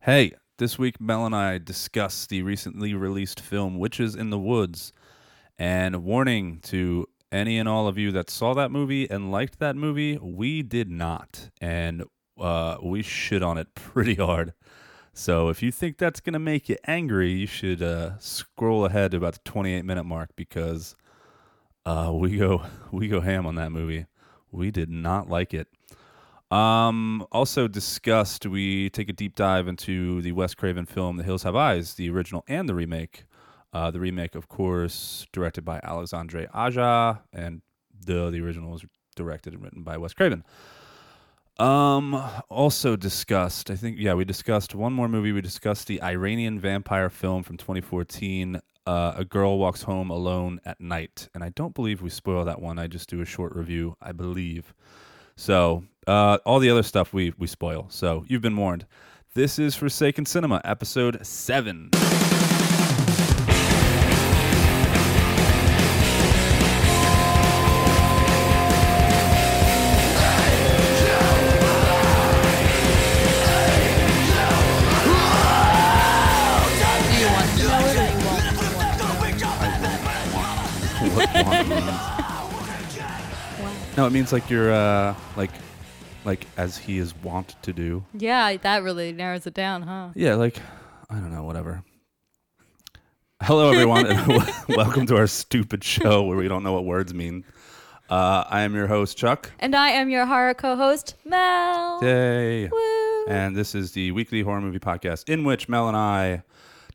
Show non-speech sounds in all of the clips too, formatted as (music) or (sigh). Hey, this week Mel and I discuss the recently released film Witches in the Woods. And warning to any and all of you that saw that movie and liked that movie, we did not. And uh, we shit on it (laughs) pretty hard. So if you think that's going to make you angry, you should uh, scroll ahead to about the 28 minute mark because uh, we go (laughs) we go ham on that movie. We did not like it. Um, also discussed, we take a deep dive into the Wes Craven film The Hills Have Eyes, the original and the remake. Uh, the remake, of course, directed by Alexandre Aja, and the the original was directed and written by Wes Craven. Um, also discussed, I think, yeah, we discussed one more movie. We discussed the Iranian vampire film from 2014, uh, A Girl Walks Home Alone at Night. And I don't believe we spoil that one. I just do a short review, I believe. So, uh, all the other stuff we, we spoil. So, you've been warned. This is Forsaken Cinema, episode seven. (laughs) No, it means like you're, uh, like, like as he is wont to do. Yeah, that really narrows it down, huh? Yeah, like I don't know, whatever. Hello, everyone, and (laughs) w- welcome to our stupid show where we don't know what words mean. Uh, I am your host, Chuck. And I am your horror co-host, Mel. Yay! Woo. And this is the weekly horror movie podcast in which Mel and I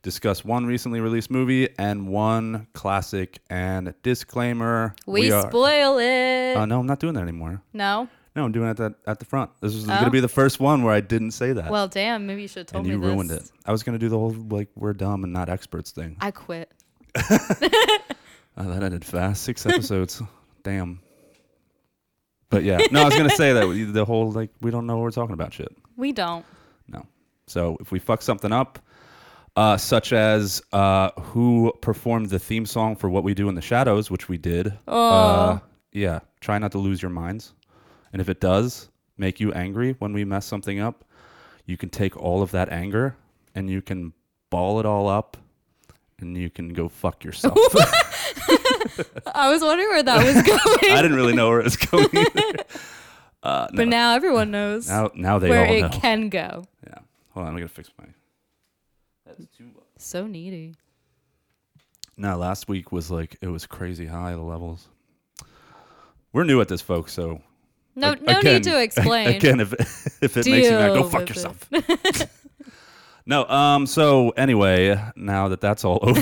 discuss one recently released movie and one classic. And disclaimer: we are- spoil it. Uh, no, I'm not doing that anymore. no? No, I'm doing it at the, at the front. This is Oh. going to be the first one where I didn't say that, Well, damn, maybe you should have told and me you ruined this. it. I was going to do the whole like we're dumb and not experts thing. I quit. Oh, that ended fast. Six (laughs) episodes. Damn. But yeah, no, I was gonna say that we- the whole like we don't know what we're talking about shit. We don't. No. So if we fuck something up, uh, such as uh, who performed the theme song for "What We Do in the Shadows," which we did. Oh. Uh, yeah. Try not to lose your minds, and if it does make you angry when we mess something up, you can take all of that anger and you can ball it all up, and you can go fuck (laughs) yourself. I was wondering where that (laughs) was going, I didn't really know where it was (laughs) going. either. but now everyone knows Now, now they where all it know. can go. yeah. Hold on, I'm gonna fix my. That's too low. So needy. No, last week was like it was crazy high the levels. We're new at this, folks. So (laughs) No, ag- no again- need to explain. Again, if if it makes you mad, Deal go with fuck it. yourself. (laughs) no. Um. So anyway, now that that's all (laughs) over,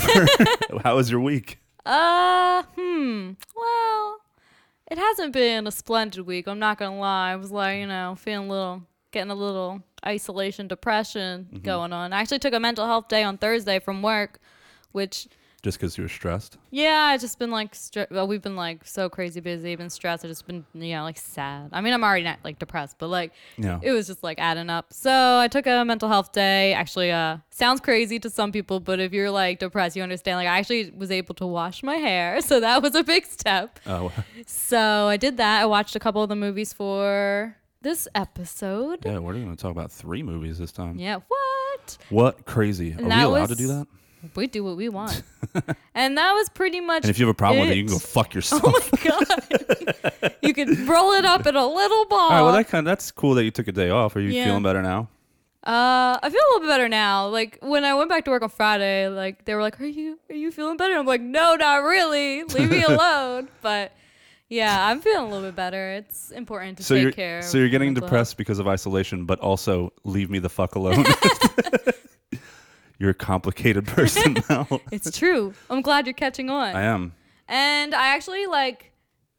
how was your week? Uh, hmm. Well, it hasn't been a splendid week. I'm not gonna lie. I was like, you know, feeling a little, getting a little isolation, depression going on. I actually took a mental health day on Thursday from work, which Just because you were stressed. yeah, I just been like, stre- well, we've been like so crazy busy, been stressed. I just been, you know, like sad. I mean, I'm already not like depressed, but like, Yeah. it was just like adding up. So I took a mental health day. Actually, uh, sounds crazy to some people, but if you're like depressed, you understand. Like, I actually was able to wash my hair, (laughs) so that was a big step. Oh, So I did that. I watched a couple of the movies for this episode. yeah. We're going to talk about three movies this time. Yeah, what? What crazy? Are we that allowed to was- do that? We do what (laughs) we want, and that was pretty much. And if you have a problem with it, it. (laughs) you can go fuck yourself. Oh my god! you could roll it up in a little ball. All right, well, that kind that's cool that you took a day off. Are you Yeah. feeling better now? Uh, I feel a little bit better now. Like when I went back to work on Friday, like they were like, "Are you are you feeling better?" I'm like, "No, not really. (laughs) Leave me alone." But yeah, I'm feeling a little bit better. It's important to So take you're care. so of you're getting mental depressed because of isolation, but also leave me the fuck (laughs) alone. you're a complicated person (laughs) now. health. It's true. I'm glad you're catching on. I am. and I actually like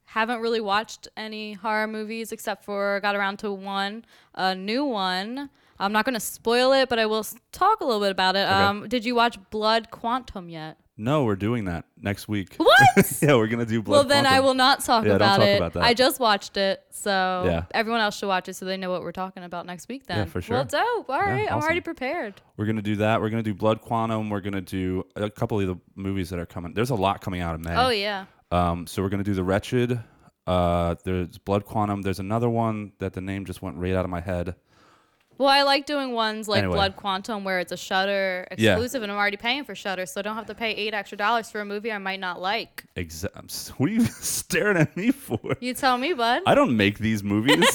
haven't really watched any horror movies except for got around to one, a new one. I'm not going to spoil it, but I will s- talk a little bit about it. Um, did you watch Blood Quantum yet? No, we're doing that next week. What? (laughs) yeah, we're gonna do blood. Well, then I Quantum. will not talk Yeah, don't about talk it. about that. I just watched it, so Yeah. everyone else should watch it so they know what we're talking about next week. Then, Yeah, for sure. Well, dope. All right, I'm awesome. already prepared. We're gonna do that. We're gonna do Blood Quantum. We're gonna do a couple of the movies that are coming. There's a lot coming out in May. Oh yeah, Um, so we're gonna do the Wretched. Uh, there's Blood Quantum. There's another one that the name just went right out of my head. Well, I like doing ones like Anyway. Blood Quantum where it's a Shutter Yeah. exclusive, and I'm already paying for Shutter, so I don't have to pay eight extra dollars for a movie I might not like. Exa- (laughs) what are you staring at me for? You tell me, bud. I don't make these (laughs) movies.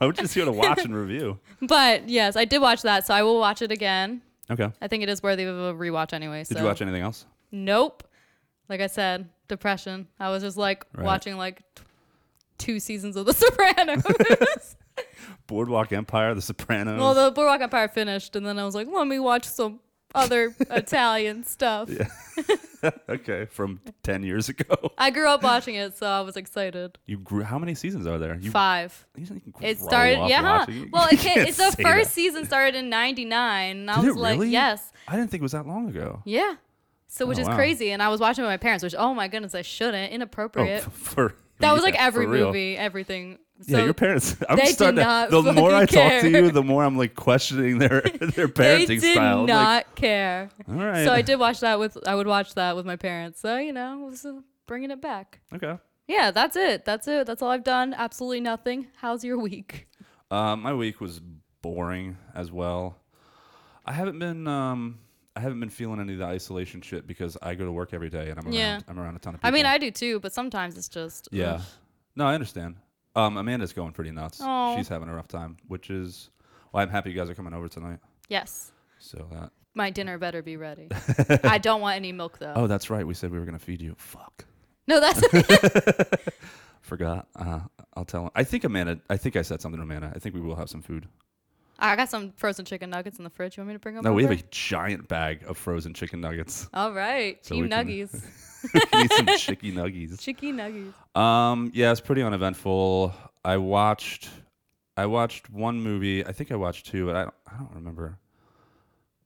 I'm just here to watch and review. but yes, I did watch that, so I will watch it again. Okay. I think it is worthy of a rewatch anyway. So. Did you watch anything else? Nope. Like I said, depression. I was just like Right. watching like t- two seasons of The (laughs) Sopranos. Boardwalk Empire, The Sopranos. well, the Boardwalk Empire finished, and then I was like, let me watch some other (laughs) Italian stuff. okay, from 10 years ago. (laughs) I grew up watching it, so I was excited. You grew, how many seasons are there? You, Five. you didn't grow It started, up yeah. watching it. Well, You (laughs) it ca- can't it's the say that. first season started in '99, and I Did was it like, really? yes, I didn't think it was that long ago. yeah. So, which Oh, is wow. crazy, and I was watching with my parents, which, oh my goodness, I shouldn't, Oh, inappropriate. f- (laughs) for that was yeah, like every for real. movie, everything. So yeah, your parents. (laughs) I'm they did starting. not to, the more I fucking talk to care. you, the more I'm like questioning their (laughs) their they parenting did style. I'm not like, care. All right. So I did watch that with, I would watch that with my parents. So you know, it was uh, bringing it back. Okay. Yeah, that's it. That's it. That's all I've done. Absolutely nothing. How's your week? Uh, my week was boring as well. I haven't been um I haven't been feeling any of the isolation shit because I go to work every day and I'm Yeah. around I'm around a ton of people. I mean, I do too, but sometimes it's just ugh. yeah. No, I understand. Um, Amanda's going pretty nuts. Aw. She's having a rough time, which is well, I'm happy you guys are coming over tonight. Yes. So uh, that. My dinner better (laughs) be ready. I don't want any milk though. Oh, that's right. We said we were gonna feed you. Fuck. (laughs) No, that's Forgot. Uh, I'll tell. I think Amanda. I think I said something to Amanda. I think we will have some food. I got some frozen chicken nuggets in the fridge. You want me to bring them? No, we have over? a giant bag of frozen chicken nuggets. (laughs) All right, So team we can- nuggies, (laughs) we need some chicky nuggies. chicky nuggies. Um, yeah, it's pretty uneventful. I watched, I watched one movie. I think I watched two, but I don't, I don't remember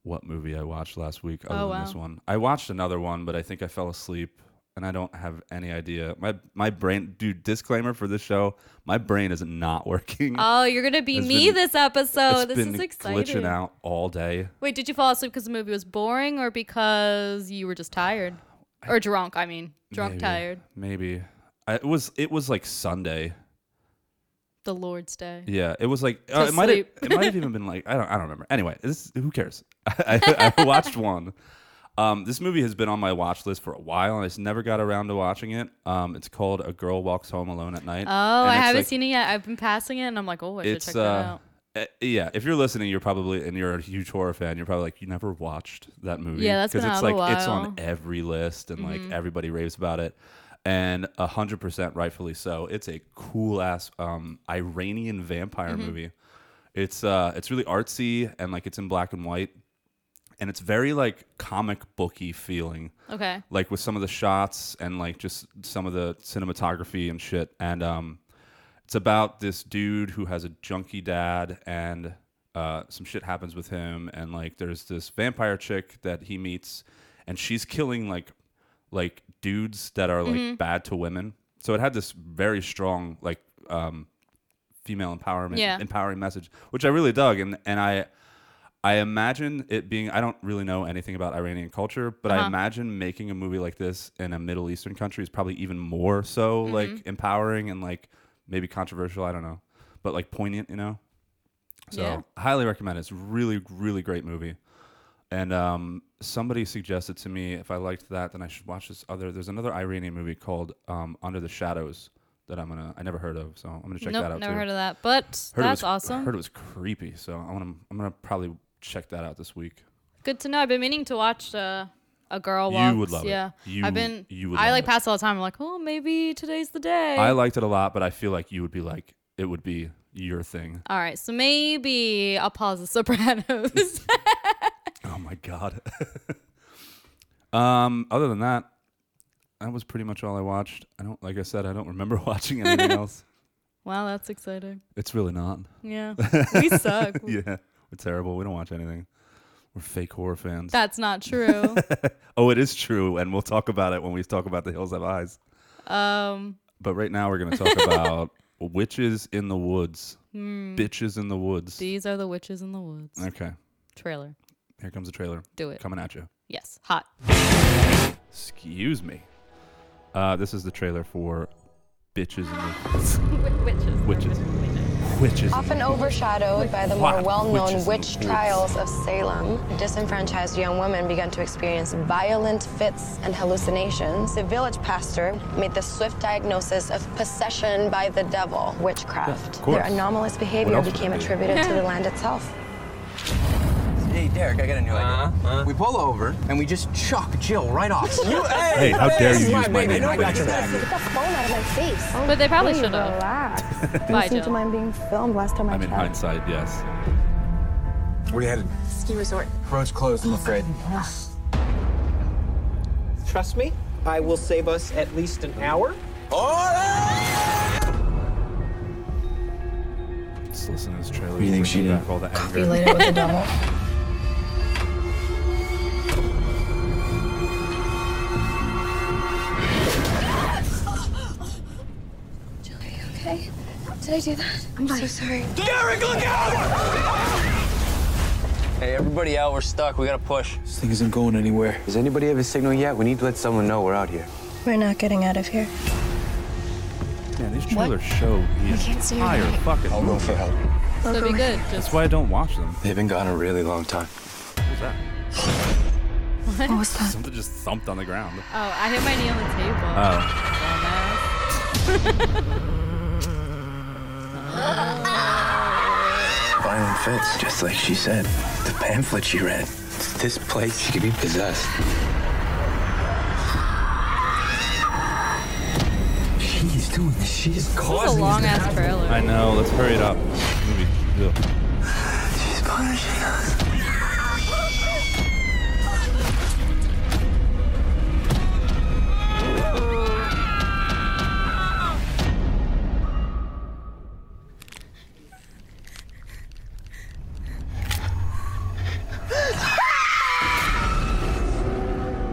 what movie I watched last week other Oh, than this wow. one. I watched another one, but I think I fell asleep, and I don't have any idea. My my brain, dude. Disclaimer for this show: my brain is not working. Oh, you're gonna be It's me been- this episode. It's This been is glitching exciting. out all day. Wait, did you fall asleep because the movie was boring, or because you were just tired, or drunk? I mean, drunk, Maybe. tired. Maybe I, it was it was like Sunday. The Lord's Day. Yeah, it was like uh, it might have sleep. it might have even been like I don't I don't remember. Anyway, this who cares? (laughs) I, I watched one. Um, this movie has been on my watch list for a while, and I just never got around to watching it. Um, it's called A Girl Walks Home Alone at Night. Oh, I haven't like- seen it yet. I've been passing it, and I'm like, oh, I should It's check that uh, out. eh, yeah. If you're listening, you're probably and you're a huge horror fan. You're probably like you never watched that movie. Yeah, that's been it's out a like it's on while. Mm-hmm. every list, and like everybody raves about it. And hundred percent, rightfully so. It's a cool ass um, Iranian vampire Mm-hmm. movie. It's uh, it's really artsy and like it's in black and white, and it's very like comic booky feeling Okay. like with some of the shots and like just some of the cinematography and shit. And um, it's about this dude who has a junkie dad, and uh, some shit happens with him. And like, there's this vampire chick that he meets, and she's killing like like dudes that are like bad to women. So it had this very strong like um, female empowerment, Yeah. empowering message, which I really dug. And and I I imagine it being I don't really know anything about Iranian culture, but Uh-huh. I imagine making a movie like this in a Middle Eastern country is probably even more so Mm-hmm. like empowering and like maybe controversial, I don't know, but like poignant, you know. So, Yeah. highly recommend it. It's a really really great movie. And um, somebody suggested to me if I liked that, then I should watch this other. There's another Iranian movie called um, Under the Shadows that I'm gonna. I never heard of, so I'm gonna check nope, that out never too. heard of that, but Heard it was- that's awesome. Heard it was creepy, so I'm gonna I'm gonna probably check that out this week. Good to know. I've been meaning to watch uh, a girl You walks. would love it. yeah. You- I've been. you would I love like it. pass all the time. I'm like, oh, maybe today's the day. I liked it a lot, but I feel like you would be like it would be your thing. all right, so maybe I'll pause (laughs) The Sopranos. Oh my god. (laughs) um, other than that, that was pretty much all I watched. I don't like I said I don't remember (laughs) watching (laughs) anything else. wow, that's exciting. It's really not. (laughs) Yeah, we suck. Yeah, we're terrible. We don't watch anything. We're fake horror fans. That's (laughs) not true. oh, it is true, and we'll talk about it when we talk about the Hills Have Eyes. Um, But right now, we're going to (laughs) talk about witches in the woods, bitches in the woods. Hmm. these are the witches in the woods. okay, Trailer. here comes the trailer Do it. coming at you. Yes, hot. Excuse me. (laughs) Uh, this is the trailer for bitches in the woods. Witches. Witches. Witches. witches. Often overshadowed by the Lot more of well known witches in the witch woods. trials of Salem, disenfranchised young women began to experience violent fits and hallucinations. The village pastor made the swift diagnosis of possession by the devil, witchcraft. of course. Their anomalous What behavior else would became it be? attributed to the land itself. Hey, Derek, I got a new idea. We pull over and we just chuck Jill right off. Uh-huh, (laughs) you, Hey, how dare this you use is my baby. name I like got your that. back. Get the phone out of my face. oh. But they probably should have. Relax. Bye, Listen to Jill. mine being filmed last time I I'm in tried. hindsight, yes. Where you headed? Ski resort. Road's closed, Oh I'm afraid. Trust me, I will save us at least an hour. Just listen to this trailer. do you bringing think she did? back All the anger. Related with the devil. Are you okay? Did I do that? I'm so sorry. Hey, everybody out, we're stuck. We gotta push. This thing isn't going anywhere. Does anybody have a signal yet? We need to let someone know we're out here. We're not getting out of here. Man, these trailers show the can't see her entire tonight. fucking I'll go movie. for help. So be good. Just That's why I don't watch them. They've been gone a really long time. What was that? What was that? Something just thumped on the ground. oh, I hit my knee on the table. Oh. Dumbass. Violent fits, just like she said. The pamphlet she read. This place, she could be possessed. She's doing this. She is This is a causing long this. ass trailer. I know. Let's hurry it up. This Movie. Ugh. She's punishing us.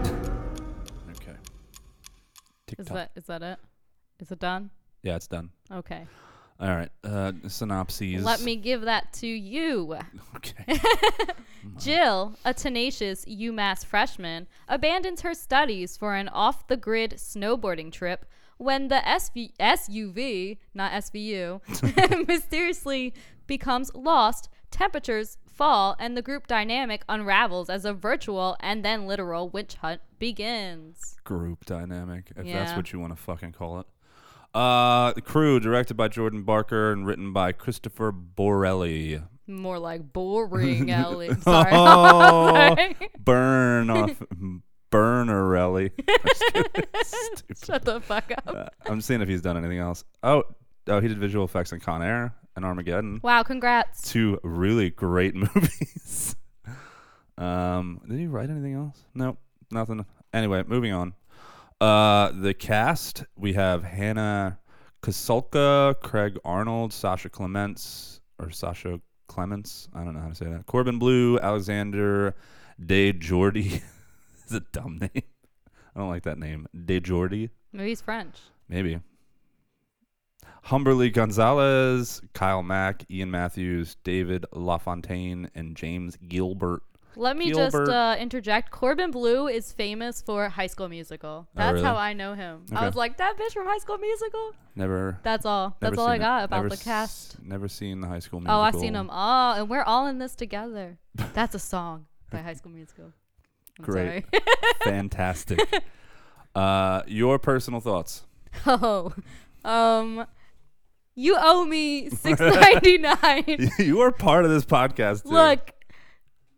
Okay. Is TikTok. that is that it? Is it done? Yeah, it's done. Okay. All right. Uh, synopses. Let me give that to you. (laughs) Okay. Jill, a tenacious UMass freshman, abandons her studies for an off the grid snowboarding trip when the SV- SUV, (laughs) not SVU, (laughs) mysteriously becomes lost, temperatures fall, and the group dynamic unravels as a virtual and then literal witch hunt begins. Group dynamic, if that's Yeah. what you want to fucking call it. Uh, the crew, directed by Jordan Barker and written by Christopher (laughs) Borelli. More (laughs) like boring, Ellie. Sorry. Oh, Sorry. burn off, (laughs) burnerelli. (laughs) (laughs) Shut the fuck up. I'm seeing if he's done anything else. Oh, oh, he did visual effects in Con Air and Armageddon. Wow, congrats. Two really great (laughs) movies. um, did he write anything else? Nope, nothing. Anyway, moving on. Uh, the cast we have Hannah Kasulka, Craig Arnold, Sasha Clements, or Sasha Clements. I don't know how to say that. Corbin Blue, Alexander De Jordi. (laughs) it's a dumb name. I don't like that name. De Jordi. Maybe he's French. Maybe. Humberly Gonzalez, Kyle Mack, Ian Matthews, David LaFontaine, and James Gilbert. Let me Gilbert. just uh, interject. Corbin Blue is famous for High School Musical. That's Oh, really? how I know him. Okay. I was like, that bitch from High School Musical? Never. That's all. never That's all I seen it. got about Never the s- cast. never seen the High School Musical. Oh, I've seen him. Oh, and we're all in this (laughs) together. That's a song by High School Musical. I'm Great. sorry. (laughs) Fantastic. uh, your personal thoughts. (laughs) oh, um, you (laughs) owe me six ninety nine. you are part of this podcast. Dude. Look,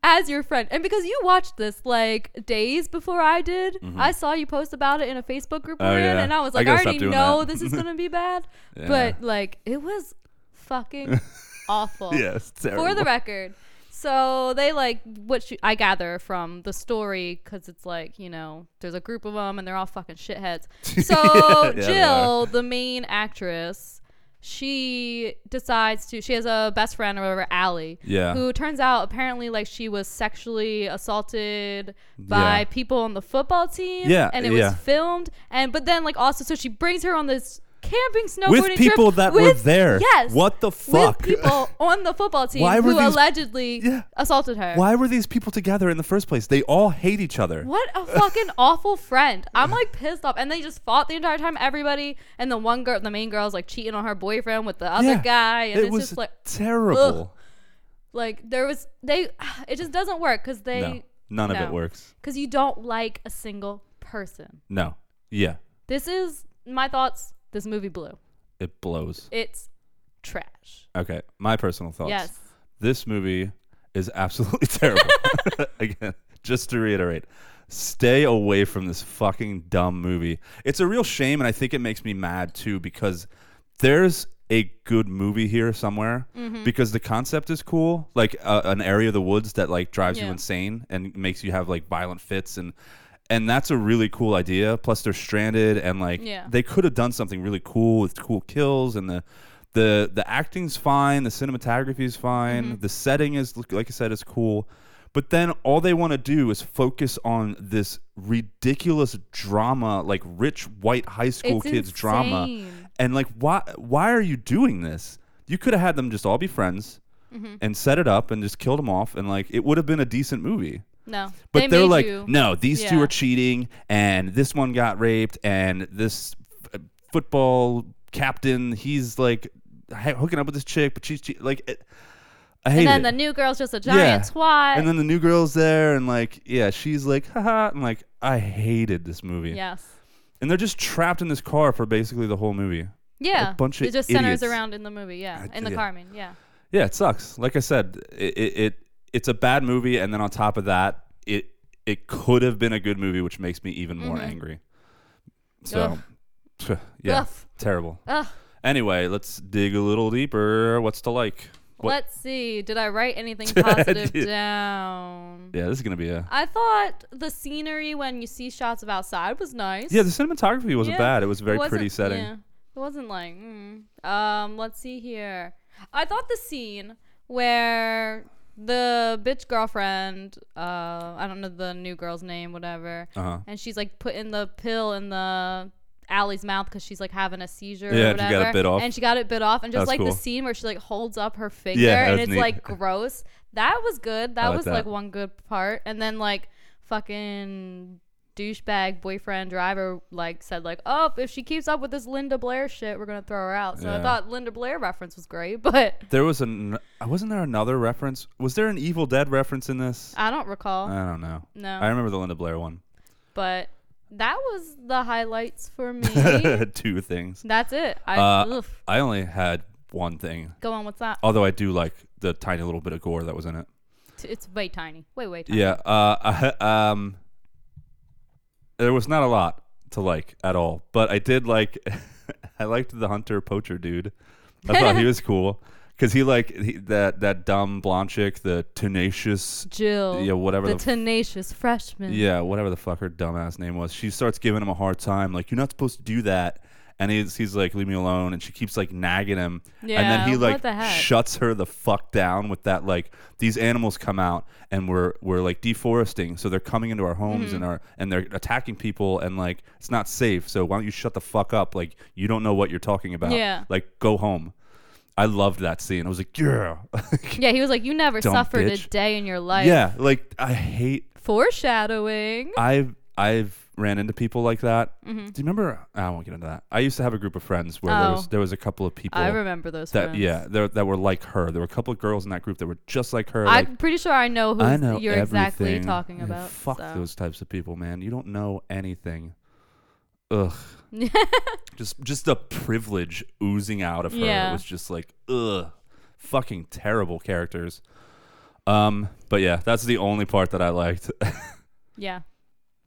as your friend, and because you watched this like days before I did, I saw you post about it in a Facebook group Mm-hmm. Oh, we're in, yeah. and I was I like, I, gotta stop already doing know that." this (laughs) is gonna be bad, Yeah. but like it was (laughs) fucking awful. Yes, terrible. For the record. So they like what you, I gather from the story because it's like you know there's a group of them and they're all (laughs) fucking shitheads. So Yeah, they Jill, the main actress, she decides to she has a best friend or whatever, Allie, Yeah. who turns out apparently like she was sexually assaulted by Yeah. people on the football team, Yeah, and it yeah. was filmed, and but then like also so she brings her on this camping, snowboarding With trip people that were with- there. Yes. What the fuck? With people on the football team Why were who these- allegedly Yeah. assaulted her. Why were these people together in the first place? They all hate each other. What a fucking awful friend. I'm like pissed off. And they just fought the entire time, everybody. And the one girl, the main girl's like cheating on her boyfriend with the other Yeah. guy. And it it's was just like, terrible. like there was, they, (sighs) it just doesn't work because they, No, none of it works. Because you don't like a single person. No. Yeah. This is my thoughts. This movie blew. It blows. It's trash. Okay. My personal thoughts. Yes. This movie is absolutely (laughs) terrible. Again, just to reiterate, stay away from this fucking dumb movie. It's a real shame, and I think it makes me mad too because there's a good movie here somewhere Mm-hmm. because the concept is cool, like uh, an area of the woods that like drives you Yeah. insane and makes you have like violent fits and. And that's a really cool idea. Plus, they're stranded, and like Yeah. they could have done something really cool with cool kills and the the the acting's fine, the cinematography's fine, Mm-hmm. the setting is like I said is cool. But then all they want to do is focus on this ridiculous drama, like rich white high school It's kids drama. insane. And like why why are you doing this? You could have had them just all be friends Mm-hmm. and set it up and just killed them off and like it would have been a decent movie. No. But they are made like, you- no, these two Yeah. are cheating, and this one got raped, and this f- football captain, he's like h- hooking up with this chick, but she's che- like, it, I hate And then it. the new girl's just a giant twat. And then the new girl's there, and like, yeah, she's like, haha, and like, I hated this movie. yes. And they're just trapped in this car for basically the whole movie. Yeah. bunch it of just idiots. centers around in the movie. Yeah. I- in the yeah. Carmen. Yeah. Yeah, it sucks. Like I said, it, it, it it's a bad movie, and then on top of that, it it could have been a good movie, which makes me even more angry. So, (laughs) yeah, Mm-hmm. Ugh. terrible. Ugh. Anyway, let's dig a little deeper. What's to like? What- Let's see. Did I write (laughs) anything positive Did- down? Yeah, this is gonna be a. I thought the scenery when you see shots of outside was nice. Yeah, the cinematography wasn't Yeah. bad. It was a very pretty wasn't- setting. yeah. It wasn't like, mm. um, let's see here. I thought the scene where the bitch girlfriend, uh, I don't know the new girl's name, whatever, Uh-huh. and she's like putting the pill in the Allie's mouth because she's like having a seizure. or Yeah, and she whatever, got it bit off. And she got it bit off, and just That's like cool. the scene where she like holds up her finger that and was it's neat. like gross. That was good. That like was that. like one good part. And then like fucking douchebag boyfriend driver like said like oh if she keeps up with this linda blair shit we're gonna throw her out so Yeah. i thought linda blair reference was great (laughs) but There was an. Wasn't there another reference? Was there an Evil Dead reference in this? i don't recall I don't know. No. I remember the Linda Blair one. but that was the highlights (laughs) for me Two things. that's it i Uh, oof. I only had one thing. go on what's that Although I do like the tiny little bit of gore that was in it. T- it's way tiny way way tiny Yeah. Uh, (laughs) I, um, there was not a lot to like at all, but I did like. (laughs) I liked the hunter poacher dude. I thought (laughs) he was cool because he like he, that that dumb blonde chick, the tenacious jill Yeah, whatever the, the f- tenacious freshman Yeah, whatever the fuck her dumbass name was. She starts giving him a hard time, like, you're not supposed to do that. And he's, he's like, leave me alone. And she keeps like nagging him. and then Yeah, he what like the heck? shuts her the fuck down with that, like, these animals come out and we're, we're like deforesting. So they're coming into our homes and, Mm-hmm. our, and they're attacking people and like, it's not safe. So why don't you shut the fuck up? Like, you don't know what you're talking about. Yeah. Like, go home. I loved that scene. I was like, yeah. (laughs) yeah he was like you never Dumb suffered bitch. a day in your life yeah. Like, I hate foreshadowing I've I've ran into people like that. Mm-hmm. Do you remember? ah, I won't get into that. I used to have a group of friends where there Oh. was there was a couple of people. i remember those that. friends. Yeah, there- that were like her. There were a couple of girls in that group that were just like her. like, i'm pretty sure i know who I know you're exactly everything. talking Yeah, about Fuck so. those types of people, man. You don't know anything. (laughs) Ugh. just just the privilege oozing out of her Yeah. was just like ugh, fucking terrible characters. Um, but yeah, that's the only part that I liked. (laughs) yeah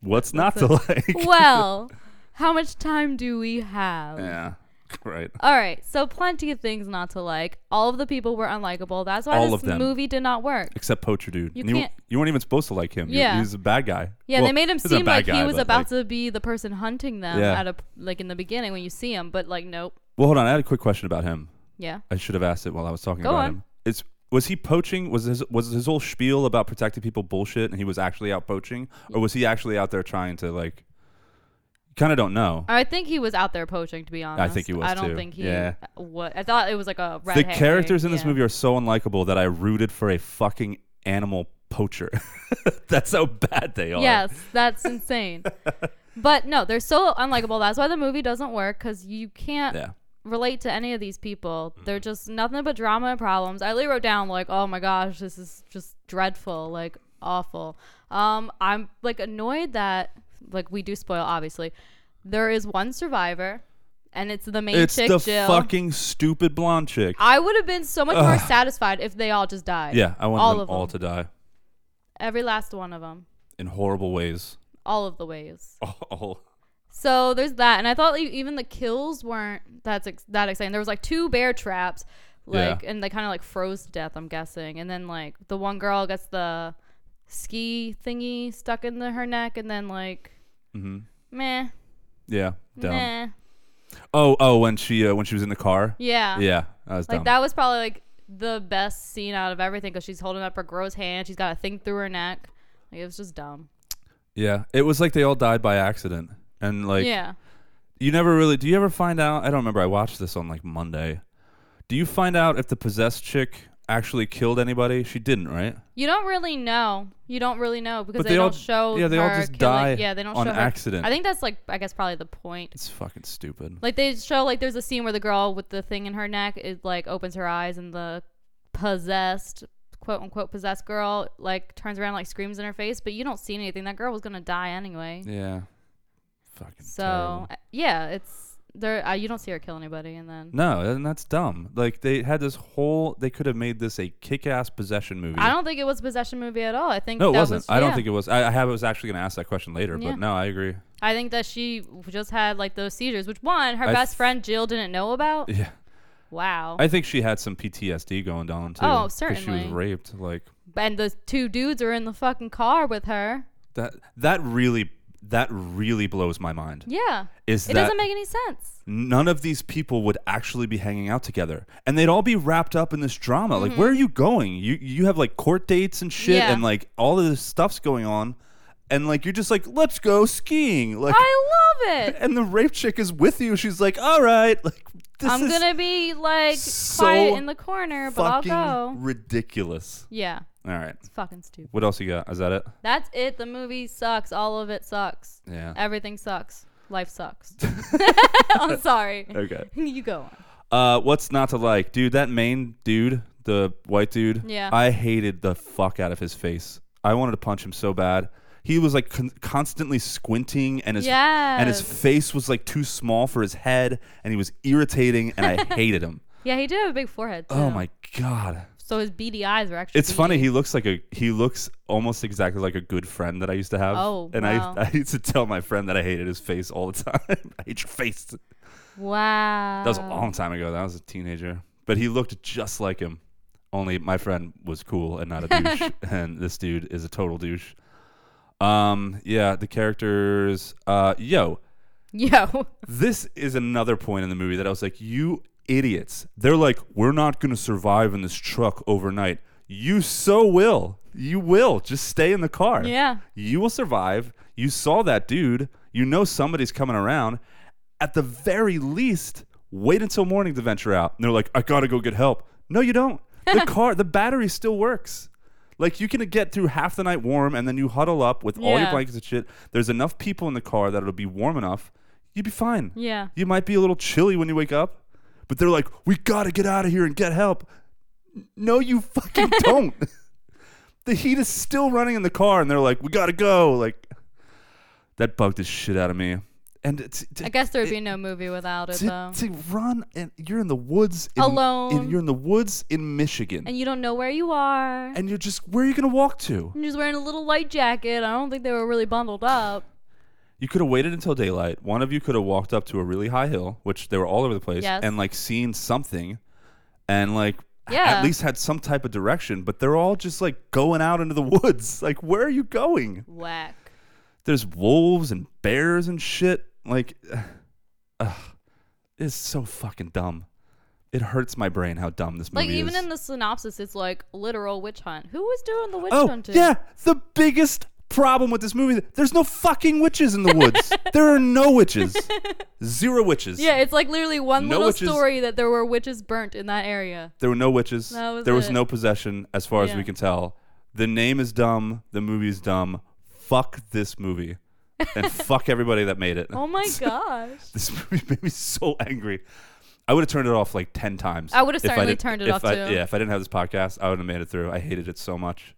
What's not to (laughs) like? well, how much time do we have? Yeah. (laughs) Right. All right, so plenty of things not to like. All of the people were unlikable. That's why All this of them. movie did not work. Except Poacher Dude. You And you, can't- you weren't even supposed to like him. You- Yeah. he was a bad guy. Yeah, Well, they made him he was a seem bad like guy, he was but, about like- to be the person hunting them Yeah. at a like in the beginning when you see him, but like nope. Well, hold on. I had a quick question about him. Yeah. I should have asked it while I was talking Go about on. him. It's was he poaching? Was his was his whole spiel about protecting people bullshit, and he was actually out poaching, or was he actually out there trying to like kind of don't know. I think he was out there poaching, to be honest. think he was, I don't too. think he Yeah. wa- I thought it was like a red the herring, characters in this yeah. movie are so unlikable that I rooted for a fucking animal poacher. (laughs) That's how bad they are. Yes, (laughs) that's insane. but no, they're so unlikable. That's why the movie doesn't work because you can't Yeah. relate to any of these people. They're Mm-hmm. just nothing but drama and problems. I literally wrote down like, "Oh my gosh, this is just dreadful, like awful." Um, I'm like annoyed that like we do spoil. Obviously, there is one survivor, and it's the main It's chick the Jill. fucking stupid blonde chick. I would have been so much more satisfied if they all just died. yeah, I want all them of all to die Every last one of them. in horrible ways. All of the ways. Oh, So there's that, and I thought like, even the kills weren't that's ex- that exciting. There was like two bear traps, like Yeah. and they kind of like froze to death. I'm guessing, and then like the one girl gets the ski thingy stuck in the, her neck, and then like, meh, yeah, Mm-hmm. dumb. meh, Oh, oh, when she uh, when she was in the car. yeah, yeah, that was Like dumb. that was probably like the best scene out of everything because she's holding up her gross hand. She's got a thing through her neck. Like it was just dumb. yeah, it was like they all died by accident, and like yeah, you never really. Do you ever find out? I don't remember. I watched this on like Monday. Do you find out if the possessed chick actually killed anybody? She didn't, right? you don't really know. You don't really know because But they, they all- don't show. yeah, they all her just killing- die Yeah, they don't on show her- accident. I think that's like I guess probably the point. It's fucking stupid. Like they show like there's a scene where the girl with the thing in her neck it like opens her eyes and the possessed quote unquote possessed girl like turns around like screams in her face, but you don't see anything. That girl was gonna die anyway. yeah, fucking. So terrible. uh, yeah, it's there. Uh, you don't see her kill anybody, and then No, and that's dumb. Like they had this whole. They could have made this a kick-ass possession movie. I don't think it was a possession movie at all. I think No, it that wasn't. Was, I don't yeah. think it was. I, I have. I was actually going to ask that question later, Yeah. but no, I agree. I think that she just had like those seizures, which one her I best th- friend Jill didn't know about. Yeah, Wow. I think she had some PTSD going on too. Oh, 'cause She was certainly. raped. Like and the two dudes are in the fucking car with her. that. That really. That really blows my mind. Yeah. Is it that- doesn't make any sense. None of these people would actually be hanging out together, and they'd all be wrapped up in this drama. Like, where are you going? You you have like court dates and shit, Mm-hmm. Yeah. and like all of this stuff's going on, and like you're just like, let's go skiing. Like, I (laughs) love it. and the rape chick is with you. She's like, all right, like this I'm is gonna be like so quiet in the corner, but I'll fucking go. ridiculous. yeah. All right, It's fucking stupid. what else you got? Is that it? That's it. The movie sucks. All of it sucks. Yeah. Everything sucks. (laughs) Life sucks. (laughs) I'm sorry. Okay. (laughs) you go on. Uh, what's not to like, dude? That main dude, the white dude. Yeah. I hated the fuck out of his face. I wanted to punch him so bad. He was like con- constantly squinting, and his and his Yes. face was like too small for his head, and he was irritating, and (laughs) I hated him. Yeah, he did have a big forehead. Too. Oh my god. So his beady eyes were actually. It's funny. beady. He looks like a he looks almost exactly like a good friend that I used to have. Oh, and wow. I I used to tell my friend that I hated his face all the (laughs) time. I hate your face. That Wow. was a long time ago. That was a teenager. But he looked just like him. Only my friend was cool and not a (laughs) douche, and this dude is a total douche. Um, yeah, the characters. Uh, yo, (laughs) Yo. this is another point in the movie that I was like, you idiots. They're like, we're not going to survive in this truck overnight. You so will. You will. Just stay in the car. Yeah. You will survive. You saw that dude. You know somebody's coming around. At the very least, wait until morning to venture out. And they're like, I got to go get help. No, you don't. (laughs) The car, the battery still works. Like you can get through half the night warm and then you huddle up with all your Yeah. blankets and shit. There's enough people in the car that it'll be warm enough. You'd be fine. Yeah. You might be a little chilly when you wake up, but they're like, we gotta get out of here and get help. No, you (laughs) fucking don't. the heat is still running in the car, and they're like, we gotta go. Like, that bugged the shit out of me. And it's, I guess there would be no movie without it to, though. to run and you're in the woods in, Alone. In, you're in the woods in Michigan, and you don't know where you are. and you're just where are you gonna walk to? I'm just wearing a little light jacket. I don't think they were really bundled up. You could have waited until daylight. One of you could have walked up to a really high hill, which they were all over the place, Yes. and like seen something, and like h- Yeah. at least had some type of direction. But they're all just like going out into the (laughs) woods. Like, where are you going? Whack. There's wolves and bears and shit. Like, (sighs) ugh. it's so fucking dumb. It hurts my brain how dumb this movie Like even is. in the synopsis, it's like literal witch hunt. Who was doing the witch oh hunting? yeah, the biggest problem with this movie. There's no fucking witches in the (laughs) woods. there are no witches. Zero witches. Yeah, it's like literally one No little witches. story that there were witches burnt in that area. There were no witches. That was there was it. no possession, as far as Yeah. we can tell. The name is dumb. The movie's dumb. Fuck this movie. (laughs) And fuck everybody that made it. (laughs) Oh my gosh. This movie made me so angry. I would have turned it off like 10 times. I would have if certainly didn't- turned it if off, I- too. Yeah, if I didn't have this podcast, I would have made it through. I hated it so much.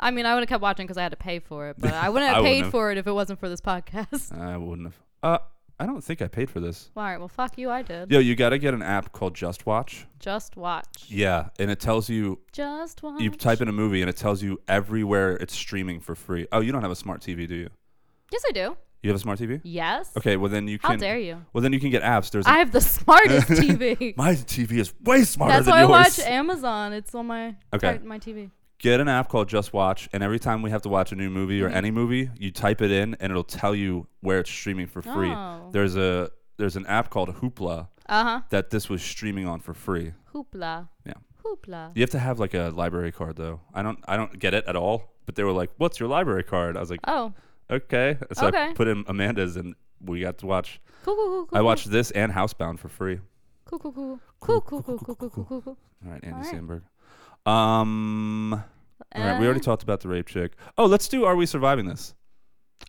I mean, I would have kept watching because I had to pay for it, (laughs) but I wouldn't I have wouldn't paid have. for it if it wasn't for this podcast. (laughs) (laughs) I wouldn't have. Uh, I don't think I paid for this. All right, well, fuck you, I did. Yo, you got to get an app called Just Watch. Just watch. Yeah, and it tells you Just watch. you type in a movie and it tells you everywhere it's streaming for free. Oh, you don't have a smart TV, do you? yes, I do. You have a smart TV? Yes. Okay, well then you How can. dare you. Well then you can get apps. There's. I A, have (laughs) the smartest TV. my TV is way smarter That's than why I yours. watch Amazon. It's on my Okay. tar- my TV. get an app called Just Watch, and every time we have to watch a new movie Mm-hmm. or any movie, you type it in, and it'll tell you where it's streaming for free. Oh. There's a there's an app called Hoopla Uh huh. that this was streaming on for free. Hoopla. Yeah. Hoopla. You have to have like a library card though. I don't I don't get it at all. But they were like, "What's your library card?" I was like, Oh, "Okay." So I Okay. put in Amanda's, and we got to watch. cool, cool, cool, cool. I watched this and Housebound for free. Cool, cool, cool. Cool, cool, cool, cool, cool, cool, cool, cool. All right, Andy All right. Sandberg. Um, all right, we already talked about the rape chick. Oh, let's do. Are we surviving this?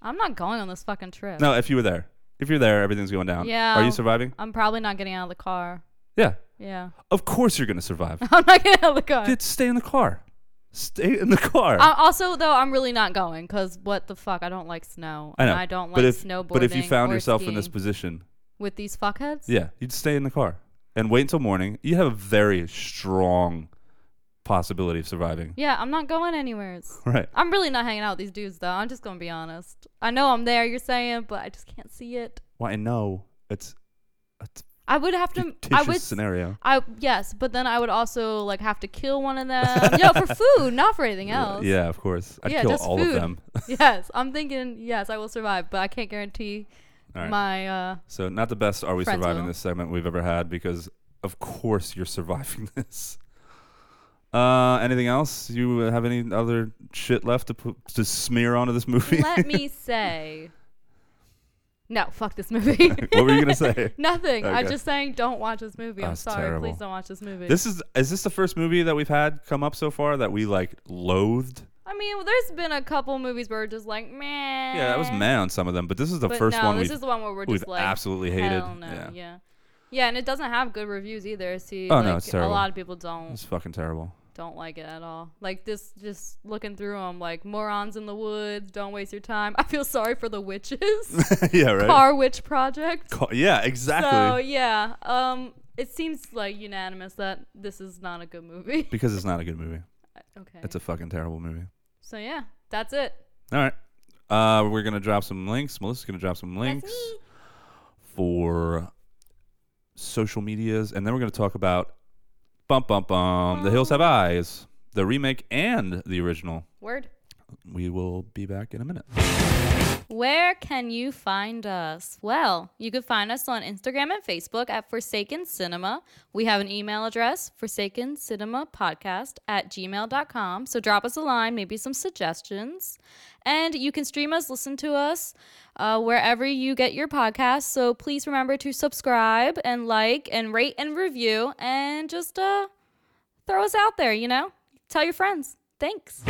I'm not going on this fucking trip. No, if you were there. If you're there, everything's going down. Yeah. Uh, Are you surviving? I'm probably not getting out of the car. Yeah. Yeah. (laughs) Of course you're gonna survive. I'm not getting out of the car. Just stay in the car. Stay in the car. Uh, also, though, I'm really not going because what the fuck? I don't like snow. I know. And I don't like but if, snowboarding. But if you found or yourself in this skiing position, with these fuckheads, yeah, you'd stay in the car and wait until morning. You have a very strong possibility of surviving. yeah, I'm not going anywhere. Right. I'm really not hanging out with these dudes, though. I'm just gonna be honest. I know I'm there. You're saying, but I just can't see it. Why? No. It's it's I would have to. (laughs) I fictitious would. scenario. I yes, but then I would also like have to kill one of them. (laughs) Yo, for food, not for anything else. Yeah, of course. I'd Yeah, kill just all of food. them. (laughs) (laughs) yes, I'm thinking. Yes, I will survive, but I can't guarantee All right. (laughs) my. uh so not the best are we Friends surviving will. this segment we've ever had because of course you're surviving (laughs) this. Uh, anything else? You have any other shit left to put, to smear onto this movie? Let me say. No, fuck (laughs) this (laughs) movie. (laughs) what were you gonna say? Nothing. I'm Okay. just saying, don't watch this movie. I'm That's sorry. terrible. Please don't watch this movie. This is is this the first movie that we've had come up so far that we like loathed? I mean, well, there's been a couple movies where we're just like, man. Yeah, that was mad on some of them, but this is the Eh. But first no, one this we've, is the one where we're we've just like absolutely hated. Hell no. Yeah. yeah. yeah. and it doesn't have good reviews either. See, Oh, like, no, it's terrible. a lot of people don't It's fucking (laughs) terrible. (laughs) don't like it at all. Like this, just looking through them, like morons in the woods. Don't waste your time. (laughs) I feel sorry for the witches. yeah, (laughs) right. Car Witch Project. Ca- yeah, exactly. So yeah, um, it seems like unanimous that this is not a good movie. (laughs) because it's not a good movie. okay. It's a fucking terrible movie. so yeah, that's it. All right. Uh, we're gonna drop some links. Melissa's gonna drop some links for social medias, and then we're gonna talk about bum bum bum. The Hills Have Eyes, the remake and the original. Word. We will be back in a minute. Where can you find us? Well, you can find us on Instagram and Facebook at Forsaken Cinema. We have an email address, Forsaken Cinema Podcast at gmail.com. So drop us a line, maybe some suggestions. And you can stream us, listen to us uh, wherever you get your podcasts. So please remember to subscribe and like and rate and review and just uh, throw us out there, you know? Tell your friends. Thanks.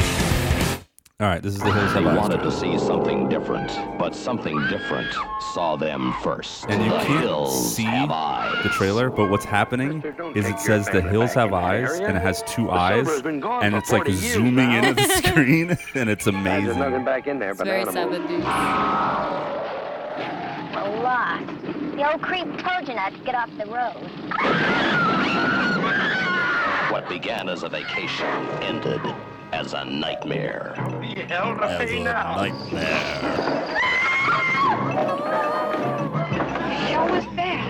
All right, this is the Hills They Have Eyes. wanted to see something different, but something different saw them first. and you the can't hills see have eyes. the trailer, but what's happening is it says the hills have eyes and it has two eyes and it's like zooming into the (laughs) screen and it's amazing. back in there, It's very 70s. A lot. The old creep told you not to get off the road. What began as a vacation ended as a nightmare. What was that?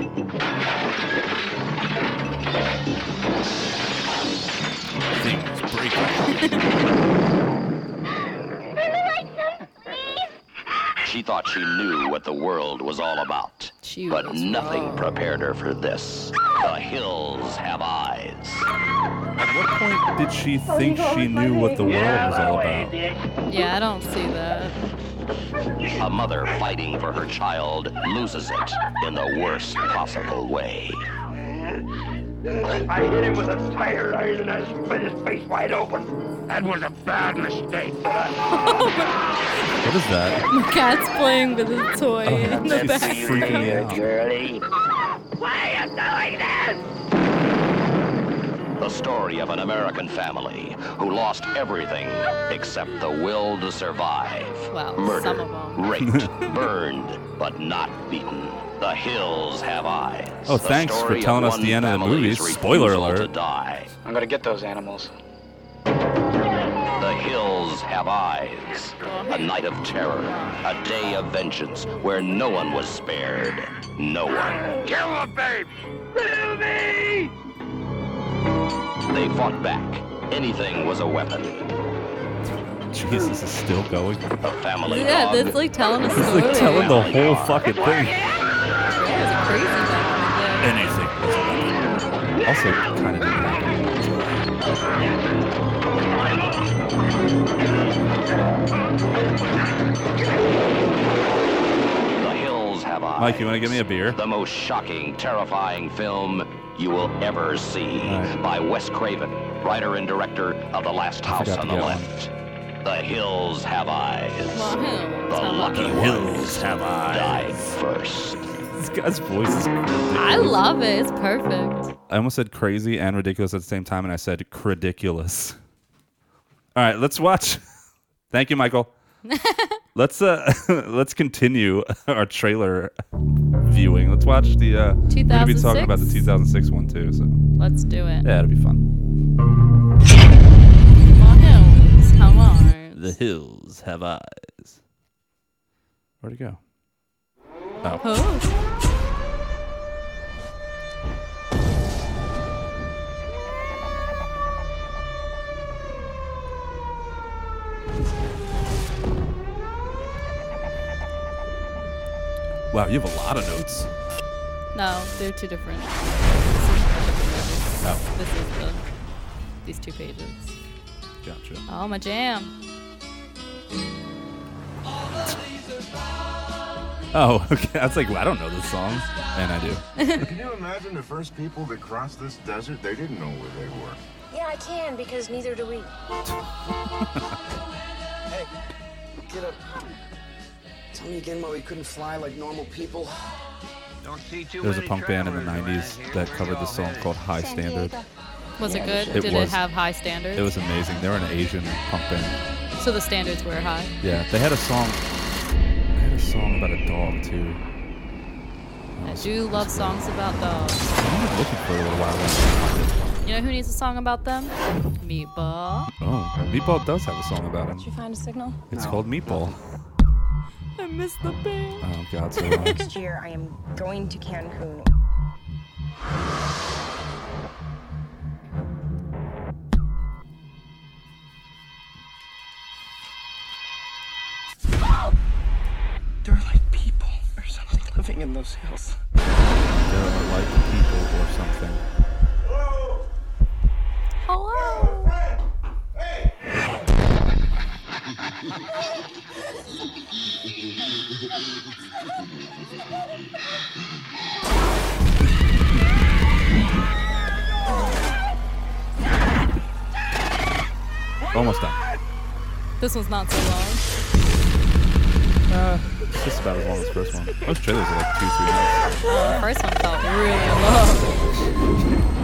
Turn (laughs) the lights on, please. She thought she knew what the world was all about. She but was nothing prepared her for this. The hills have eyes. At what point did she Oh, think she knew what the world was all about? Yeah, I don't see that. A mother fighting for her child loses it in the worst possible way. I hit him with a tire iron and I split his face wide open. That was a bad mistake. What is that? The cat's playing with a toy Oh, in the She's back. freaking me out. Girlie. Why are you doing this? The story of an American family who lost everything except the will to survive. Well, some Murdered, of 'em. raped, (laughs) burned, but not beaten. The hills have eyes. Oh, The thanks for story telling us one the end of the movie. family's Spoiler refusal To alert. die. I'm gonna get those animals. The hills have eyes. A night of terror, a day of vengeance where no one was spared. No one. Kill him, babe! Kill me! They fought back. Anything was a weapon. Jesus is still going. The family Yeah, dog, that's like telling a It's story. like telling the whole fucking thing. It was crazy back in the Anything day. was a weapon. Also, kind of didn't happen. the hills have eyes. Mike, you want to give me a beer? The most shocking, terrifying film you will ever see right. by Wes Craven, writer and director of The Last House forgot on to the get one. Left. The hills have eyes. Well, who? the It's not lucky lucky. ones have eyes. died first. This guy's voice is. I love it. It's perfect. I almost said crazy and ridiculous at the same time, and I said ridiculous. All right, let's watch. (laughs) Thank you, Michael. let's uh, (laughs) let's continue our trailer viewing. Let's watch the. Uh, we're gonna be talking about the 2006? 2006 one too. So Let's do it. yeah, it'll be fun. Well, who? Come on. The hills have eyes. Where'd it go? Oh. Oh. Who? Wow, you have a lot of notes. No, they're two different. This is, Oh, this is the, these two pages. gotcha. Oh, my jam. Oh, (laughs) okay. I was like, well, I don't know this song, and I do. Can you imagine the first people that crossed this desert? They didn't know where they were. Yeah, I can because neither do we. Hey, get up. Tell me again why we couldn't fly like normal people. Don't see too There's a punk band in the 90s that covered this song called High Standard. Was it good? It Did was. it have high standards? It was amazing. They were an Asian punk band. so the standards were high. Yeah, they had a song. They had a song about a dog too. I do love songs about dogs. I was looking for it a little while. and I couldn't find it. You know who needs a song about them? Meatball. Oh, Meatball does have a song about him. You find a signal? It's called Meatball. I miss the band. Oh God, so long. Next year, I am going to Cancun. They're like people or something living in those hills. there are like people or something. Hello. Almost done. This one's not so long. Uh, it's just about as long as the first one. Most trailers are like two, three minutes. Uh, The first one felt really long.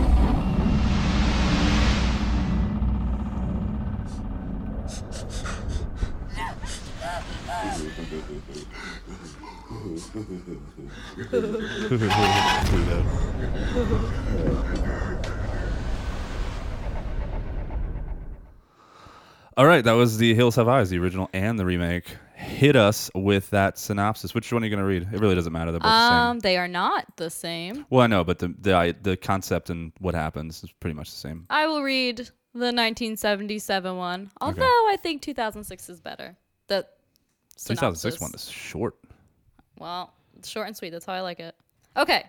All right, that was the Hills Have Eyes, the original and the remake. Hit us with that synopsis. Which one are you gonna read? It really doesn't matter. They're both the same. Um, they are not the same. Well, I know, but the the I, the concept and what happens is pretty much the same. I will read the 1977 one, although I think 2006 is better. That 2006 synopsis. one is short. Well, it's short and sweet. That's how I like it. Okay.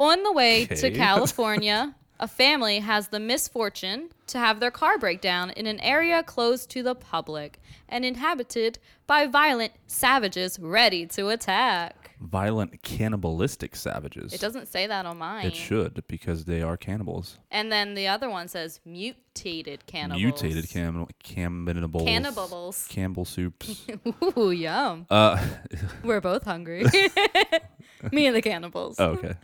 On the way to Okay. (laughs) California, a family has the misfortune to have their car break down in an area closed to the public and inhabited by violent savages ready to attack. Violent cannibalistic savages. It doesn't say that on mine. It should because they are cannibals. And then the other one says mutated cannibals. Mutated cannibal cannibals. Cannibals. (laughs) Campbell (laughs) soups. Ooh, yum. uh, (laughs) We're (laughs) both hungry. (laughs) Me and the cannibals. oh, okay.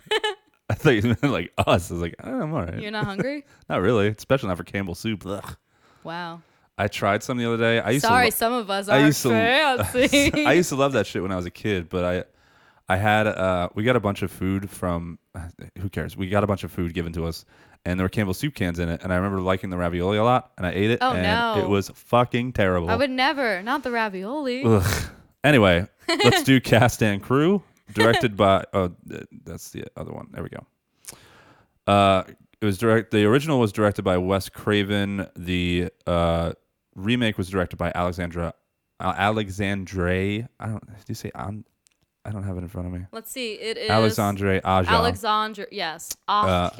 I thought you meant like us. I was like, oh, I'm all right. You're (laughs) not hungry? not really, especially not for Campbell soup. Ugh. Wow. I tried some the other day. I used to Sorry, lo- some of us I aren't used to- (laughs) fancy. I (laughs) used to love that shit when I was a kid, but I I had uh we got a bunch of food from uh, who cares? We got a bunch of food given to us and there were Campbell soup cans in it and I remember liking the ravioli a lot and I ate it Oh, and no. it was fucking terrible. I would never. Not the ravioli. Ugh. Anyway, let's do cast and crew, directed by. Oh, th- that's the other one. There we go. Uh, it was direct. The original was directed by Wes Craven. The uh, remake was directed by Alexandra uh, Alexandre. I don't. Do you say on? I don't have it in front of me. Let's see. It is Alexandre Aja. Alexandre. Yes. Ah,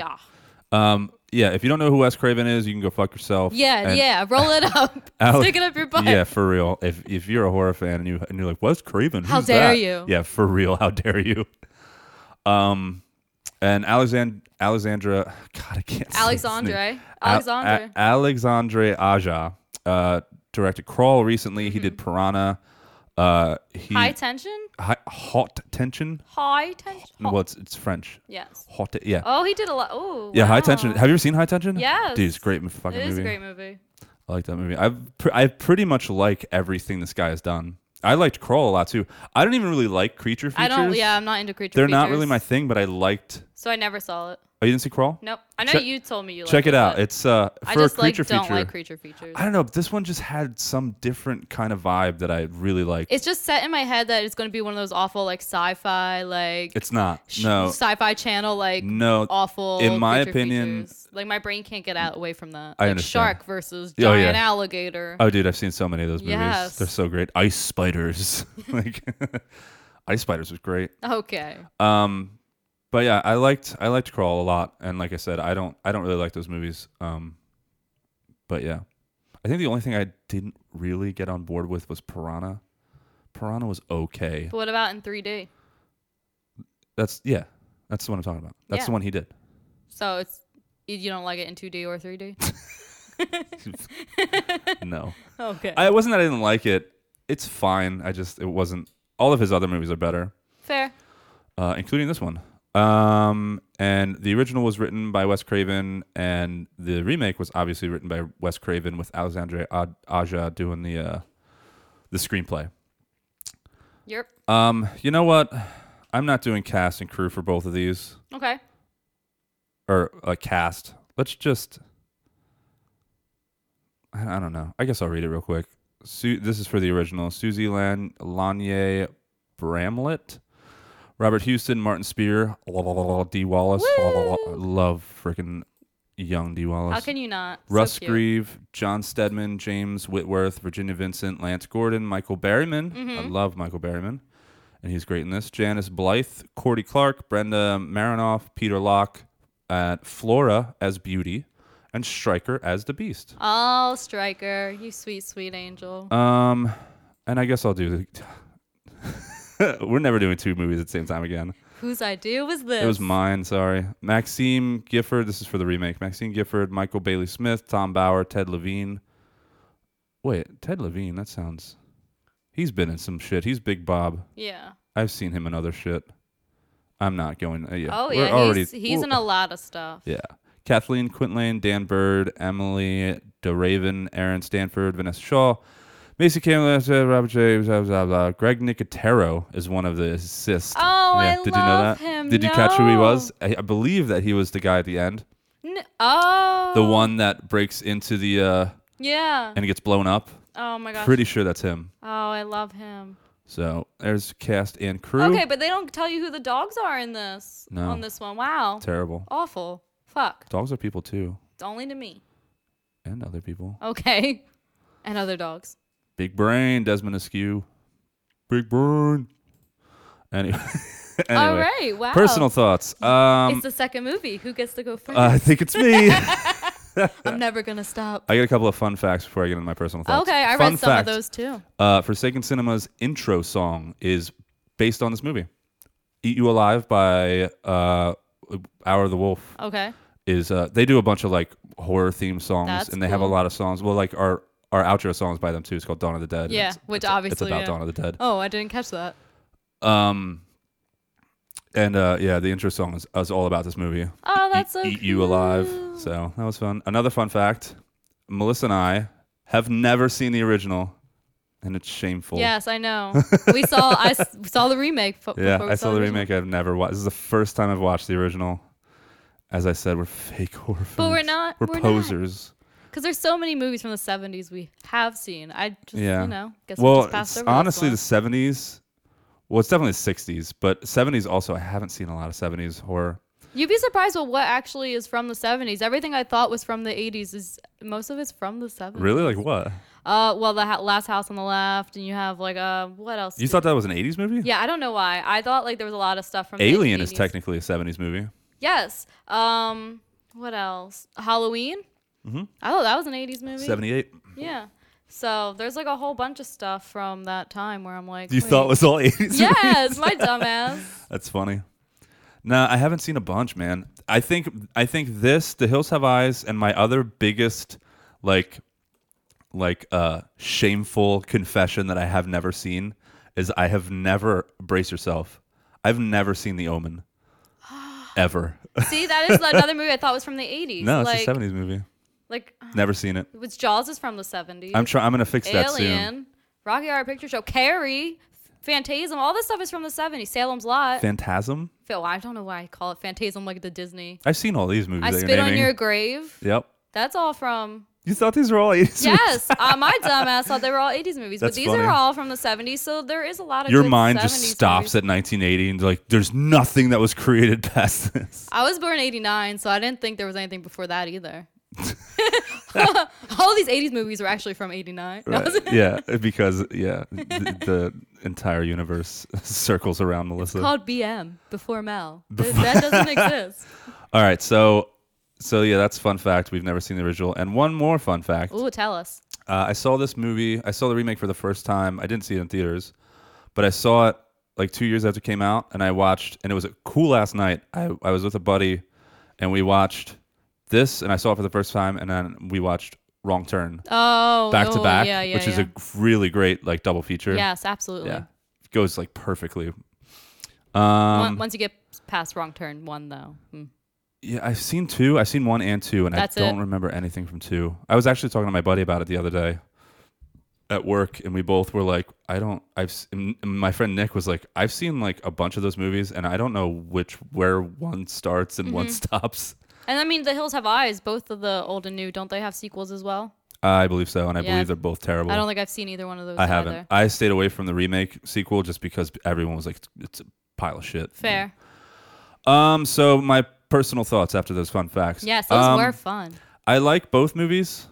Uh, Um. Yeah. If you don't know who Wes Craven is, you can go fuck yourself. yeah. Yeah. And yeah. Roll it (laughs) up. Ale- Stick it up your butt. Yeah, for real. If if you're a horror fan and you and you're like, "What's Craven? How Who's dare that?" you. Yeah, for real. (laughs) How dare you? Um, and Alexand Alexandra, God, I can't. say his name. Alexandre. Al- Alexandre. A- Alexandre Aja uh, directed Crawl recently. He did Piranha. Uh, he, Mm-hmm. High tension. Hi- hot tension. High tension. No, Well, it's, it's French. Yes. Hot. Yeah. Oh, he did a lot. Oh. yeah. High wow. tension. Have you ever seen High Tension? Yes. Dude, it's a great m- fucking It movie. is a great movie. I like that movie. I've pr- I pretty much like everything this guy has done. I liked Crawl a lot too. I don't even really like creature features. I don't- yeah, I'm not into creature They're not really features. my thing, but I liked. So I never saw it. Oh, you didn't see Crawl? Nope. I know Check- you told me you. Check liked it out. but It's uh for I just a creature like don't feature. like creature features. I don't know, but this one just had some different kind of vibe that I really like. It's just set in my head that it's going to be one of those awful like sci-fi like It's not. sh- No. sci-fi channel like No, awful in my creature opinion- features. like my brain can't get out away from that I like understand. shark versus Oh, yeah. giant alligator Oh, dude, I've seen so many of those movies. Yes. They're so great. Ice Spiders, (laughs) like Ice Spiders was great. okay Um, but yeah, I liked I liked Crawl a lot, and like I said, I don't I don't really like those movies. Um, but yeah, I think the only thing I didn't really get on board with was Piranha. Piranha was okay. but what about in 3d That's yeah, that's the one I'm talking about. That's the Yeah. one he did. (laughs) so it's you- you don't like it in 2d or (laughs) 3d No, okay I it wasn't that I didn't like it. It's fine. I just it wasn't. All of his other movies are better. fair uh, including this one. Um, and the original was written by Wes Craven, and the remake was obviously written by Wes Craven with Alexandre Ad- Aja doing the uh, the screenplay. yep Um, you know what? I'm not doing cast and crew for both of these, okay or uh, cast. Let's just. I I don't know. I guess I'll read it real quick. Su- this is for the original. Susie Lan- Lanier Bramlett, Robert Houston, Martin Spear, la- la- la- la- D. Wallace. la- la- la- Love freaking young D. Wallace. How can you not? So Russ cute. Grieve, John Stedman, James Whitworth, Virginia Vincent, Lance Gordon, Michael Berryman. I Mhm. love Michael Berryman. And he's great in this. Janice Blythe, Cordy Clark, Brenda Marinoff, Peter Locke, uh, Flora as Beauty, and Stryker as the Beast. oh striker you sweet sweet angel Um, and I guess I'll do. The (laughs) We're never doing two movies at the same time again. whose idea was this It was mine. Sorry, Maxime Gifford. This is for the remake. Maxime Gifford, Michael Bailey Smith, Tom Bauer, Ted Levine. Wait, Ted Levine. That sounds. He's been in some shit. He's Big Bob. Yeah. I've seen him in other shit. I'm not going. Uh, yeah. oh we're yeah he's, already- he's we're- in a lot of stuff yeah. Kathleen Quintland, Dan Bird, Emily DeRaven, Aaron Stanford, Vanessa Shaw, Macy Campbell, uh, Robert J. Blah, blah, blah. Greg Nicotero is one of the assists. Oh, I Did you know love that? him. Did you catch who he No. was? I, I believe that he was the guy at the end, N- oh the one that breaks into the uh, yeah and gets blown up. Oh my gosh. Pretty sure that's him. oh i love him So there's cast and crew. Okay, but they don't tell you who the dogs are in this. No. On this one. Wow. Terrible. Awful. Fuck. Dogs are people too, It's only to me. and other people. Okay. (laughs) And other dogs. Big Brain, Desmond Askew, Big burn. (laughs) Anyway. anyway. All right, wow. Personal thoughts. Um, it's the second movie. Who gets to go first? (laughs) I think it's (laughs) me. I'm never gonna stop. I get a couple of fun facts before I get into my personal thoughts. Okay, I read Fun some of fact, those too. Uh, Forsaken Cinema's intro song is based on this movie. "Eat You Alive" by uh, Hour of the Wolf. Okay. Is uh, they do a bunch of like horror themed songs, That's and they have a cool. lot of songs. Well, like our our outro songs by them too. It's called "Dawn of the Dead." and Yeah, it's- which it's- obviously it's about yeah. Dawn of the Dead. Oh, I didn't catch that. Um, and uh, yeah, the intro song is, is all about this movie. Oh, that's so Eat You Alive. So that was fun. Another fun fact: Melissa and I have never seen the original, and it's shameful. Yes, (laughs) I know. We saw I s- saw the remake. fo- Yeah, before we I saw the original. remake. I've never watched. This is the first time I've watched the original. As I said, we're fake (laughs) horror fans. But we're not- We're, we're not. posers. Because there's so many movies from the 70s we have seen. I just, yeah. you know, guess well, we just passed it's over. this honestly, one. the seventies. Well, it's definitely sixties, but seventies also. I haven't seen a lot of seventies horror. You'd be surprised with what actually is from the 70s. Everything I thought was from the 80s is most of it's from the 70s. Really? Like what? Uh, well, the ha- last house on the left, and you have like uh, what else? You thought that was an eighties movie? Yeah, I don't know why. I thought like there was a lot of stuff from the Alien is 80s. technically a seventies movie. Yes. Um, what else? Halloween. Mhm. I thought that was an 80s movie. Seventy-eight. Yeah. So there's like a whole bunch of stuff from that time where I'm like, You thought it was (laughs) (laughs) all 80s Yes, movies? my dumbass. That's funny. Nah, I haven't seen a bunch, man. I think I think this, The Hills Have Eyes, and my other biggest like like uh shameful confession that I have never seen is I have never brace yourself. I've never seen The (gasps) Omen. Ever. See, that is another movie I thought was from the 80s. No, it's like, a 70s movie. Like Never seen it. It was Jaws is from the 70s. I'm try- I'm gonna fix that soon. Alien, Rocky Horror Picture Show, Carrie, Phantasm, all this stuff is from the 70s. Salem's Lot. Phantasm? Phil, I don't know why I call it Phantasm like the Disney. I've seen all these movies. I that Spit you're on naming. Your Grave. Yep. That's (laughs) all from. You thought these were all 80s movies? Yes, uh, my dumbass thought they were all 80s movies, but That's these funny. are all from the 70s, so there is a lot of Your good mind just 70s stops at 1980 and like, there's nothing that was created past (laughs) this. I was born '89, so I didn't think there was anything before that (laughs) either. All these '80s movies were actually from '89. No, Right. yeah, because yeah, th- the entire universe (laughs) circles around Melissa. it's (laughs) called BM before Mel. Th- that (laughs) doesn't exist. All right, so so yeah, that's fun fact. We've never seen the original. And one more fun fact. Ooh, tell us. Uh, I saw this movie. I saw the remake for the first time. I didn't see it in theaters, but I saw it like two years after it came out, and I watched. And it was a cool last night. I I was with a buddy, and we watched this, and I saw it for the first time, and then we watched Wrong Turn. Oh, back to oh, back, yeah, yeah, which is yeah. a really great like double feature. Yes, absolutely. Yeah, goes like perfectly. Mon- Um, Once you get past Wrong Turn One, though, Mm. Yeah, I've seen two. I've seen one and two, and That's I don't it. remember anything from two. I was actually talking to my buddy about it the other day at work, and we both were like, "I don't." I've s- and my friend Nick was like, "I've seen like a bunch of those movies, and I don't know which where one starts and one Mhm. stops." and I mean, The Hills Have Eyes. Both of the old and new, don't they have sequels as well? I believe so, and I Yeah. believe they're both terrible. I don't think I've seen either one of those. I haven't. either. I stayed away from the remake sequel just because everyone was like, "It's a pile of shit." Fair. Mm. Um. So my personal thoughts after those fun facts. Yes, those Um, were fun. I like both movies.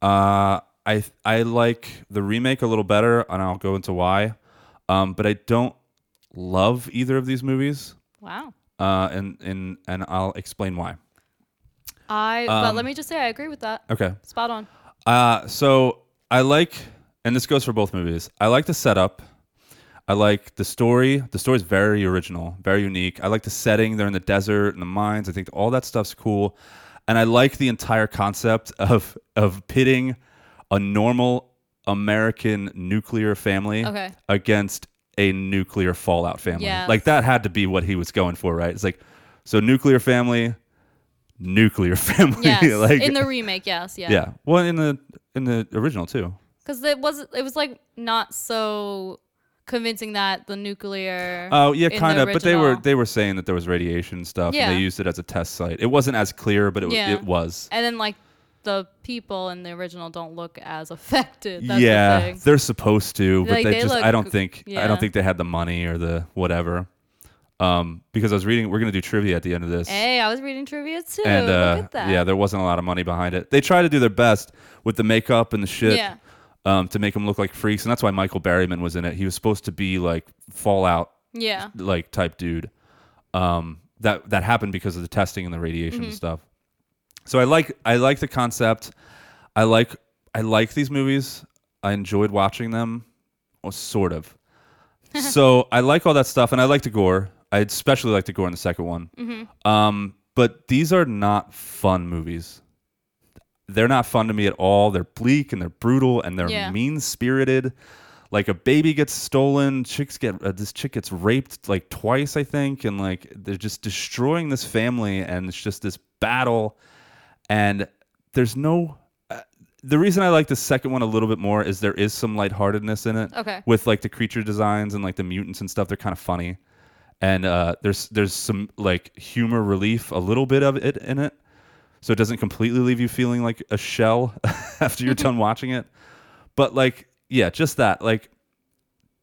Uh, I I like the remake a little better, and I'll go into why. Um, but I don't love either of these movies. Wow. Uh, and and and I'll explain why. I. but um, let me just say, I agree with that. Okay. (laughs) Spot on. Uh, so I like, and this goes for both movies. I like the setup. I like the story. The story's very original, very unique. I like the setting. They're in the desert and the mines. I think all that stuff's cool, and I like the entire concept (laughs) of of pitting a normal American nuclear family Okay. against a nuclear fallout family. Yes. Like that had to be what he was going for, right? It's like so nuclear family, nuclear (laughs) family. Yes, like in the remake, yes, yeah. yeah. Well, in the in the original too. Because it was it was like not so convincing that the nuclear. Oh yeah, in the kind of. But they were original- they were saying that there was radiation stuff, and Yeah. they used it as a test site. It wasn't as clear, but it w Yeah. it was. And then like the people in the original don't look as (laughs) affected. That's The yeah, thing. they're supposed to, but Like, they, they just look I don't g- think I yeah. don't think they had the money or the whatever. Um, because I was reading, we're gonna do trivia at the end of this. Hey, I was reading trivia too. and look uh, at that. yeah, there wasn't a lot of money behind it. They try to do their best with the makeup and the shit. Yeah. um, to make them look like freaks, and that's why Michael Barryman was in it. He was supposed to be like Fallout, Yeah. like type dude. Um, that that happened because of the testing and the radiation and Mhm. stuff. So I like I like the concept. I like I like these movies. I enjoyed watching them, or Oh, sort of. so I like all that stuff, and I like the gore. I especially like the gore in the second one. Mhm. Um, but these are not fun movies. They're not fun to me at all. They're bleak and they're brutal and they're Yeah. mean spirited. Like a baby gets stolen, chicks get uh, this chick gets raped like twice, I think, and like they're just destroying this family, and it's just this battle, and there's no. uh, The reason I like the second one a little bit more is there is some lightheartedness in it. Okay. With like the creature designs and like the mutants and stuff, they're kind of funny and uh, there's there's some like humor relief, a little bit of it in it, so it doesn't completely leave you feeling like a shell (laughs) after you're done watching it. But like, yeah, just that. Like,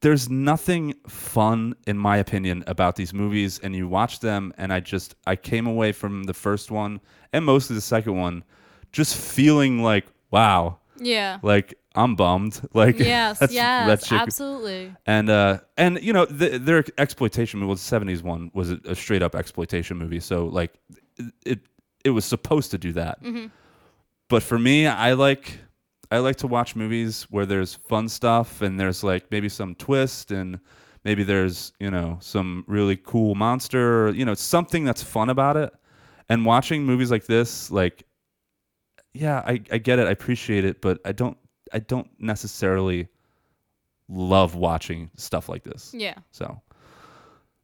there's nothing fun, in my opinion, about these movies, and you watch them, and I just I came away from the first one and mostly the second one, just feeling like wow, Yeah. like I'm bummed, (laughs) like yes. that's- yes. that chick- absolutely. and uh, and you know th their exploitation movie, well, the seventies one was a, a straight up exploitation movie, so like it- it it was supposed to do that. Mhm. But for me, I like I like to watch movies where there's fun stuff and there's like maybe some twist and maybe there's you know some really cool monster, or, you know something that's fun about it. And watching movies like this, like yeah, I, I get it, I appreciate it, but I don't I don't necessarily love watching stuff like this. Yeah. So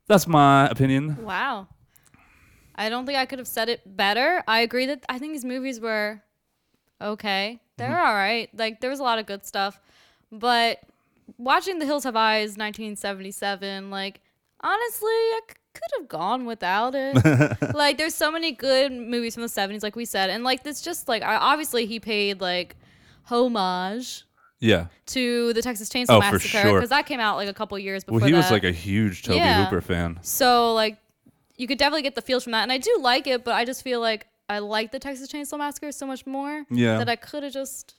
that's my opinion. Wow. I don't think I could have said it better. I agree that I think these movies were okay. They're Mm-hmm. Mhm. all right. Like there was a lot of good stuff, but watching The Hills Have Eyes 1977, like honestly, I c- could have gone without (laughs) it. like there's so many good movies from the 70s like we said, and like it's just like I, obviously he paid like homage Yeah. to the Texas Chainsaw Oh, for Massacre sure. because that came out like a couple years before Well, he was that. like a huge Toby Yeah. Hooper fan. So like you could definitely get the feels from that. And I do like it, but I just feel like I like the Texas Chainsaw Massacre so much more Yeah. that I could have just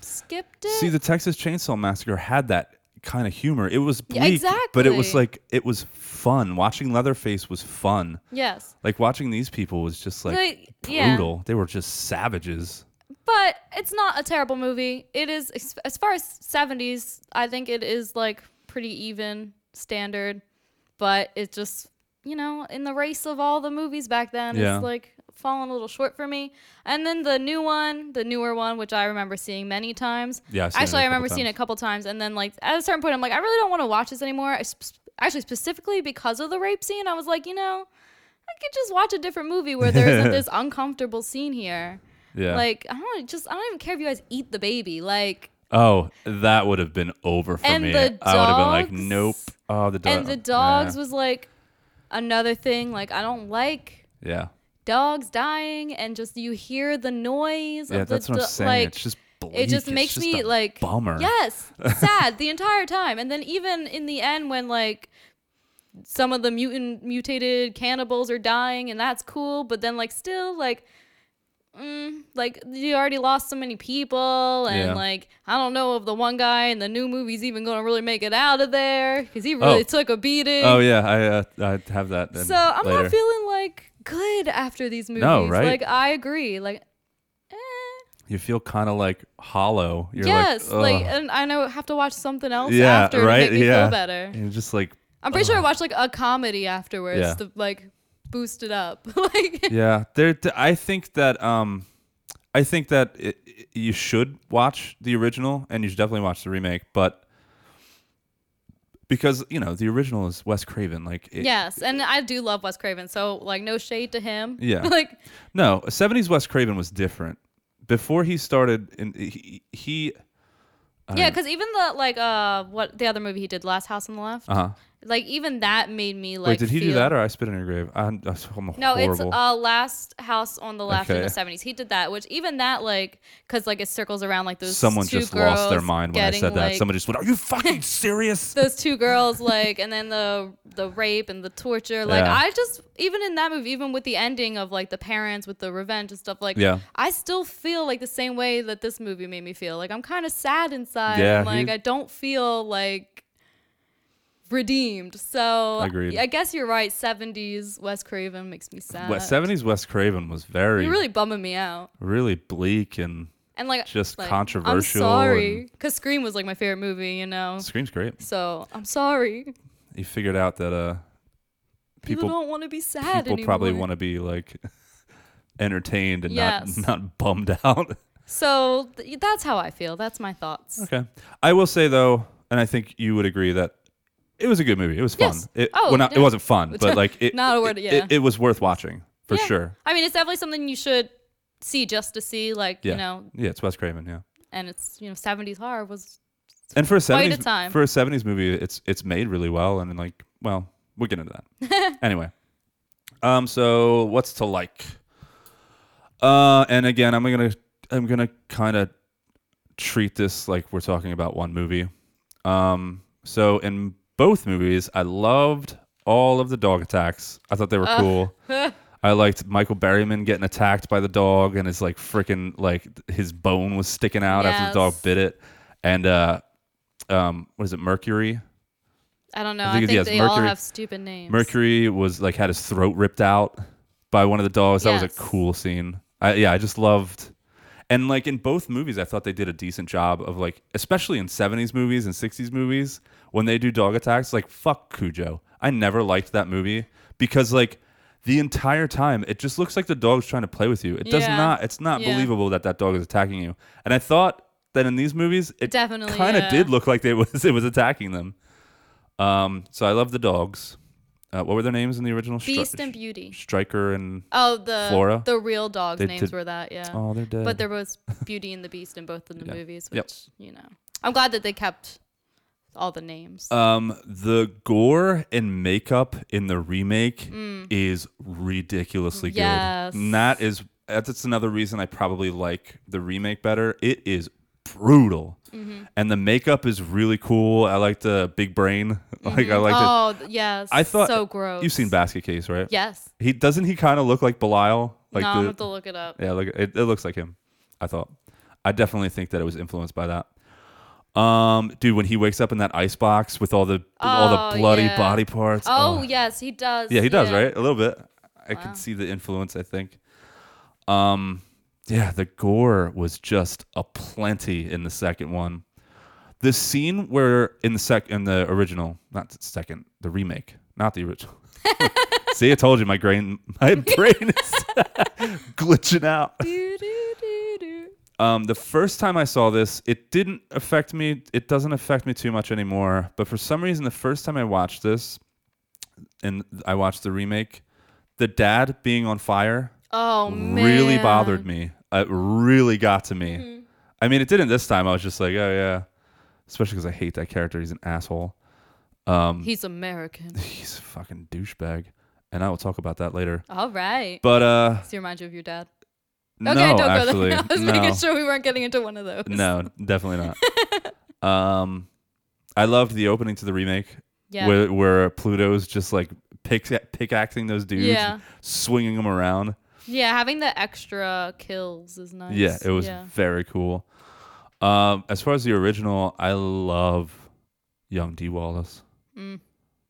skipped it. See, the Texas Chainsaw Massacre had that kind of humor. It was Yeah, bleak, but it was exactly. like it was fun. Watching Leatherface was fun. Yes. Like watching these people was just like Like, yeah. brutal. They were just savages. But it's not a terrible movie. It is as- as far as 70s, I think it is like pretty even standard, but it just, you know, in the race of all the movies back then, Yeah. it's like falling a little short for me. And then the new one, the newer one, which I remember seeing many times. Yeah, I've seen it actually, a I couple remember seeing it a times. couple times, and then like at a certain point, I'm like, I really don't want to watch this anymore. I sp- actually, specifically because of the rape scene, I was like, you know, I could just watch a different movie where there (laughs) isn't this uncomfortable scene here. Yeah. Like I don't just I don't even care if you guys eat the baby. Like Oh, that would have been over for And me. the I would have been like, dogs- nope. Oh, the dog. and the dogs yeah. was like another thing. Like I don't like yeah. dogs dying and just you hear the noise. Yeah, of the that's what I'm do- saying. Like, It's just It bleak. just It's makes just me a like bummer. (laughs) Yes, sad the entire time. And then even in the end, when like some of the mutant mutated cannibals are dying, and that's cool. But then like still like. Mm, like you already lost so many people, and Yeah. like I don't know if the one guy in the new movie's even gonna really make it out of there because he really Oh. took a beating. Oh yeah, I uh, I have that. in So I'm later. not feeling like good after these movies. No, right? Like I agree. Like eh, You feel kind of like hollow. You're yes, like, "Ugh." and I know I have to watch something else yeah, after right, to make me yeah. feel better. And just like I'm pretty sure I watched like a comedy afterwards Yeah. to like boost it up. (laughs) like yeah, there. th- I think that um, I think that i i- you should watch the original, and you should definitely watch the remake, but. Because you know the original is Wes Craven, like it- yes, and I do love Wes Craven, so like no shade to him. Yeah. (laughs) like no, 70s Wes Craven was different. Before he started, in, he, he I yeah, don't- because even the like uh what the other movie he did, Last House on the Left. uh-huh. Like even that made me like. Wait, did he do feel- that or I spit in your grave? I'm, I'm horrible. No, it's uh, Last House on the Left in the Okay. 70s. He did that, which even that, like, because, like, it circles around, like, those Someone two just lost their girls mind when I getting, said that. like- Someone just went, "Are you (laughs) fucking serious?" Those two girls, like, and then the the rape and the torture. Like, Yeah. I just, even in that movie, even with the ending of, like, the parents with the revenge and stuff, like, Yeah. I still feel, like, the same way that this movie made me feel. Like, I'm kind of sad inside. Yeah, and, like, he- I don't feel, like, redeemed. So, Agreed. I guess you're right. 70s Wes Craven makes me sad. West seventies Wes Craven was very, You're really, really bumming me out. bleak and And like just like, controversial. I'm and- sorry, cause Scream was like my favorite movie, you know. Scream's great. So I'm sorry. People, He figured out that uh, people don't want to be sad people anymore. probably want to be like (laughs) entertained and Yes. not not bummed (laughs) out. So th- that's how I feel. That's my thoughts. Okay. I will say though, and I think you would agree that it was a good movie. It was fun. Yes. It, Oh, well, not, it yeah. wasn't fun, (laughs) but like it, Not a word- it, yeah. it, it was worth watching for sure. I mean, it's definitely something you should see just to see, like Yeah. you know, yeah, it's Wes Craven. Yeah. and it's you know, 70s horror was And for a Quite a seventies time. for a seventies movie, it's it's made really well, and like well, we'll get into (laughs) that anyway. Um, so what's to like? Uh, and again, I'm gonna I'm gonna kind of treat this like we're talking about one movie. Um, so in both movies, I loved all of the dog attacks. I thought they were Ugh. cool. I liked Michael Berryman getting attacked by the dog and his like freaking like his bone was sticking out after the dog Yes. bit it. And uh um what is it, Mercury? I don't know. I I think think, it's- yes, they all Mercury- have stupid names. Mercury was like had his throat ripped out by one of the dogs. That was Yes. a cool scene. I, yeah, I just loved, and like in both movies, I thought they did a decent job of like, especially in '70s movies and '60s movies, when they do dog attacks, like fuck Cujo. I never liked that movie because like the entire time it just looks like the dog's trying to play with you. It does Yeah. not. It's not Yeah. believable that that dog is attacking you. And I thought that in these movies, it Definitely, kind of yeah. did look like they (laughs) was it was attacking them. Um, so I love the dogs. Uh, what were their names in the original? Stri- Beast and Beauty. Striker and Oh, the Flora. the real dogs' They names did- were that, yeah. Oh, they're dead. (laughs) But there was Beauty and the Beast in both of the movies, which Yep. you know, I'm glad that they kept all the names. Um, the gore and makeup in the remake Mm. is ridiculously Yes. good. And that is that's that's another reason I probably like the remake better. It is brutal, Mhm. and the makeup is really cool. I like the big brain. (laughs) like I like. Oh, th- yes. I thought so gross. You've seen Basket Case, right? Yes. He doesn't. He kind of look like Belial. Like no, the- I'm gonna have to look it up. Yeah, look, it, it looks like him. I thought. I definitely think that it was influenced by that. Um, dude, when he wakes up in that ice box with all the all Oh, the bloody yeah. body parts. Oh, yes, he does. Yeah, he does, yeah. right? A little bit. I could see the influence. I think. Um, yeah, the gore was just a plenty in the second one. The scene where in the sec in the original, not the second, the remake, not the original. (laughs) see, I told you my brain, (laughs) my brain is (laughs) glitching out. Um, the first time I saw this, it didn't affect me. It doesn't affect me too much anymore. But for some reason, the first time I watched this, and I watched the remake, the dad being on fire Oh man. Mm-hmm. really bothered me. It really got to me. I mean, it didn't this time. I was just like, oh yeah, especially because I hate that character. He's an asshole. Um, He's American. he's a fucking douchebag, and I will talk about that later. All right. But uh, Does he remind you of your dad? no, okay, don't actually, go there. (laughs) I was no. making sure we weren't getting into one of those. No, definitely not. um, I loved the opening to the remake. Yeah. Where, where Pluto's just like pick, pickaxing those dudes, Yeah. and swinging them around. Yeah, having the extra kills is nice. Yeah, it was very cool. Um, as far as the original, I love young D Wallace. Mm.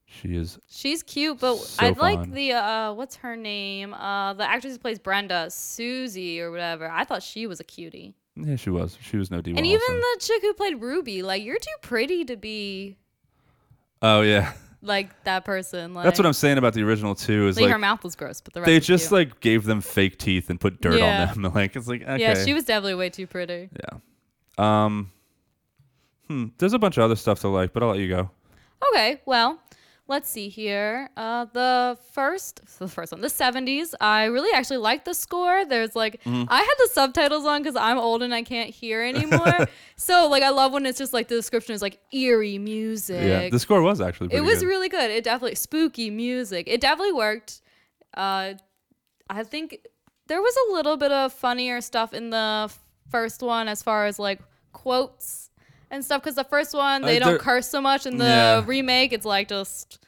She is She's cute, but So I like fun. the uh what's her name? Uh the actress who plays Brenda, Susie or whatever. I thought she was a cutie. yeah, she was. She was no D and Wallace. even the chick who played Ruby, like you're too pretty to be oh yeah, like that person. Like that's what I'm saying about the original too. Is Like, like, her mouth was gross, but the rest they was just cute. like gave them fake teeth and put dirt Yeah. on them. (laughs) like it's like okay. Yeah, she was definitely way too pretty. Yeah. Um. Hmm. There's a bunch of other stuff to like, but I'll let you go. Okay, well, Let's see here. Uh, the first, (laughs) the first one, the 70s. I really actually like the score. There's like, Mm-hmm. Mhm. I had the subtitles on because I'm old and I can't hear (laughs) anymore. so like, I love when it's just like the description is like eerie music. Yeah, the score was actually It pretty was good. really good. It definitely spooky music. It definitely worked. Uh, I think there was a little bit of funnier stuff in the f- first one as far as like quotes and stuff because the first one Uh, they don't there- curse so much in the Yeah. remake. It's like just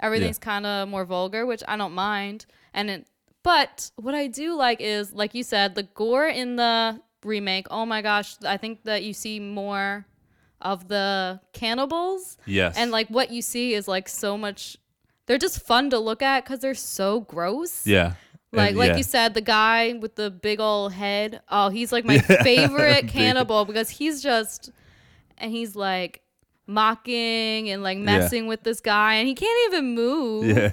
everything's kind of more vulgar, which I don't mind. And it, but what I do like is like you said, the gore in the remake. Oh my gosh, I think that you see more of the cannibals. Yes. And like what you see is like so much. They're just fun to look at because they're so gross. Yeah. Like And- like yeah. you said, the guy with the big old head. Oh, he's like my (laughs) Yeah. favorite Big- cannibal because he's just and he's like mocking and like messing with this guy and he can't even move. Yeah.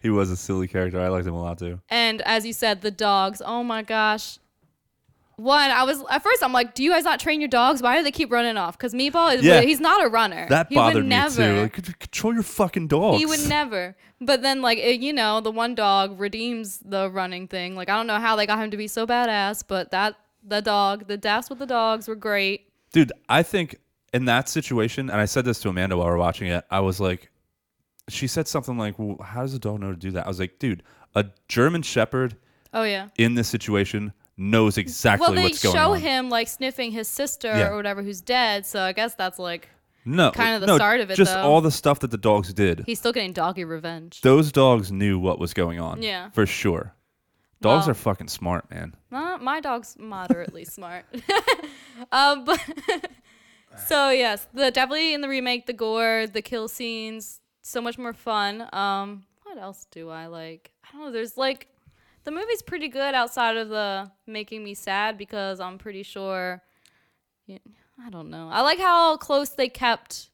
he was a silly character. I liked him a lot too. And as you said, the dogs. Oh my gosh. One, I was at first. I'm like, do you guys not train your dogs? Why do they keep running off? Because Meatball is Yeah. he's not a runner. That he bothered would me never. too. Like, "C- control your fucking dogs. He would never. But then, like, it, you know, the one dog redeems the running thing. Like, I don't know how they got him to be so badass, but that, the dog, the deaths with the dogs were great. Dude, I think in that situation, and I said this to Amanda while we are watching it, I was like, she said something like, well, how does a dog know to do that? I was like, dude, a German Shepherd Oh, yeah. in this situation knows exactly well, they what's going show on. him, like, sniffing his sister Yeah. or whatever who's dead. So I guess that's, like, no, kind of the no, start of it, Just though. all the stuff that the dogs did. he's still getting doggy revenge. Those dogs knew what was going on. Yeah. For sure. Dogs Well- are fucking smart, man. Uh, my dog's moderately (laughs) smart. um, but (laughs) so yes, the definitely in the remake, the gore, the kill scenes, so much more fun. Um, what else do I like? I don't know. There's like the movie's pretty good outside of the making me sad because I'm pretty sure. y- I don't know. I like how close they kept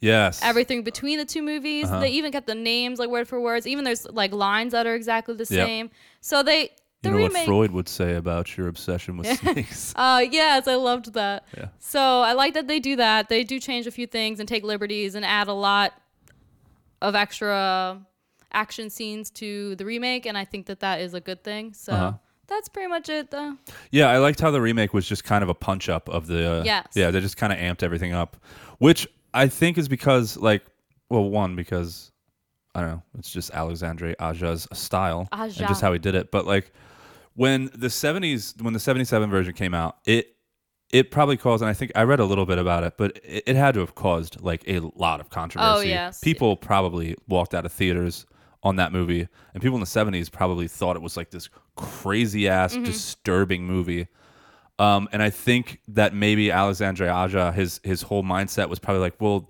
Yes. everything between the two movies. Uh-huh. They even kept the names like word for words. Even there's like lines that are exactly the Yep. same. So they the you know what remake. Freud would say about your obsession (laughs) with snakes. uh, yes, I loved that. Yeah. So I like that they do that. They do change a few things and take liberties and add a lot of extra action scenes to the remake, and I think that that is a good thing. So Uh-huh. that's pretty much it, though. Yeah, I liked how the remake was just kind of a punch up of the. uh, Yes. Yeah, they just kind of amped everything up, which I think is because, like, well, one, because I don't know, it's just Alexandre Aja's style Aja. and just how he did it. But, like, when the 70s, when the 77 version came out, it. It probably caused, and I think I read a little bit about it, but it, it had to have caused like a lot of controversy. Oh, yes. People probably walked out of theaters on that movie, and people in the 70s probably thought it was like this crazy ass, Mhm. disturbing movie. Um, and I think that maybe Alexandre Aja, his his whole mindset was probably like, well,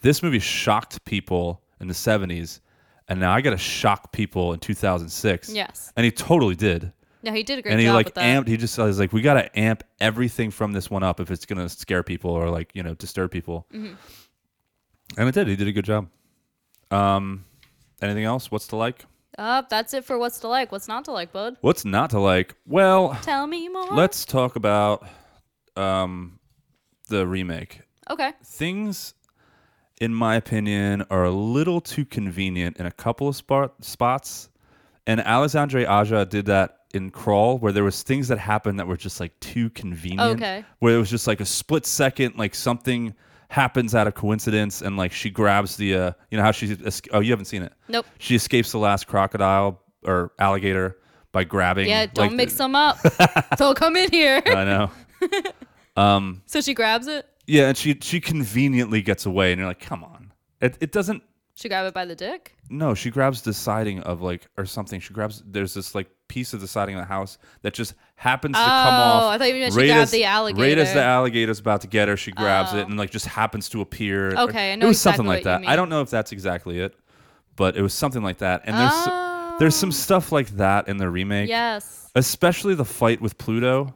this movie shocked people in the 70s, and now I got to shock people in 2006. Yes. And he totally did. No, he did a great and he job like with that. amped. He just I was like, we got to amp everything from this one up if it's gonna scare people or like you know disturb people. Mhm. And it did. He did a good job. Um, anything else? What's to like? Uh, that's it for what's to like. What's not to like, bud? What's not to like? Well, Tell me more. Let's talk about um, the remake. Okay. Things, in my opinion, are a little too convenient in a couple of spot- spots. And Alexandre Aja did that in Crawl, where there was things that happened that were just like too convenient. Okay. Where it was just like a split second, like something happens out of coincidence, and like she grabs the, uh, you know how she, es- oh, you haven't seen it. Nope. She escapes the last crocodile or alligator by grabbing. Yeah, don't like, mix them up. don't come in here. (laughs) I know. Um, so she grabs it. yeah, and she she conveniently gets away, and you're like, come on. It, it doesn't. She grabs it by the dick. No, she grabs the siding of like or something. She grabs. There's this like piece of the siding of the house that just happens to come off. Oh, I thought you meant she right grabbed as- the Right as alligator. Oh. the alligator's about to get her, she grabs it and like just happens to appear. Or- Okay, I know It was exactly something like what you that. I mean. don't know if that's exactly it, but it was something like that. And there's there's some stuff like that in the remake. Oh, Yes. Especially the fight with Pluto.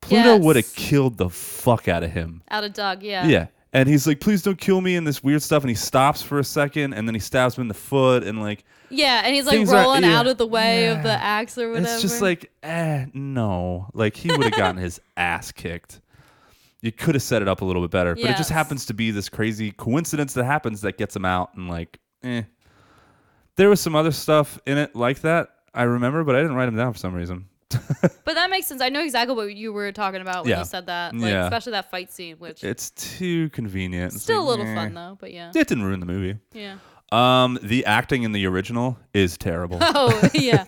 Pluto Yes. would have killed the fuck out of him. Out of dog, yeah. Yeah. And he's like, please don't kill me and this weird stuff. And he stops for a second and then he stabs him in the foot. And like, Yeah, and he's like Things are- rolling yeah. out of the way of the axe or whatever. (laughs) it's just like, eh, no. Like, he would have gotten his ass kicked. you could have set it up a little bit better, but it Yes. just happens to be this crazy coincidence that happens that gets him out and like, eh. There was some other stuff in it like that I remember, but I didn't write them down for some reason. But that makes sense. I know exactly what you were talking about when Yeah. you said that. Like, Yeah. Especially that fight scene, which It's too convenient. It's still a like, little eh. fun though. (laughs) But yeah. It didn't ruin the movie. Yeah. Um, the acting in the original is (laughs) terrible. Oh yeah.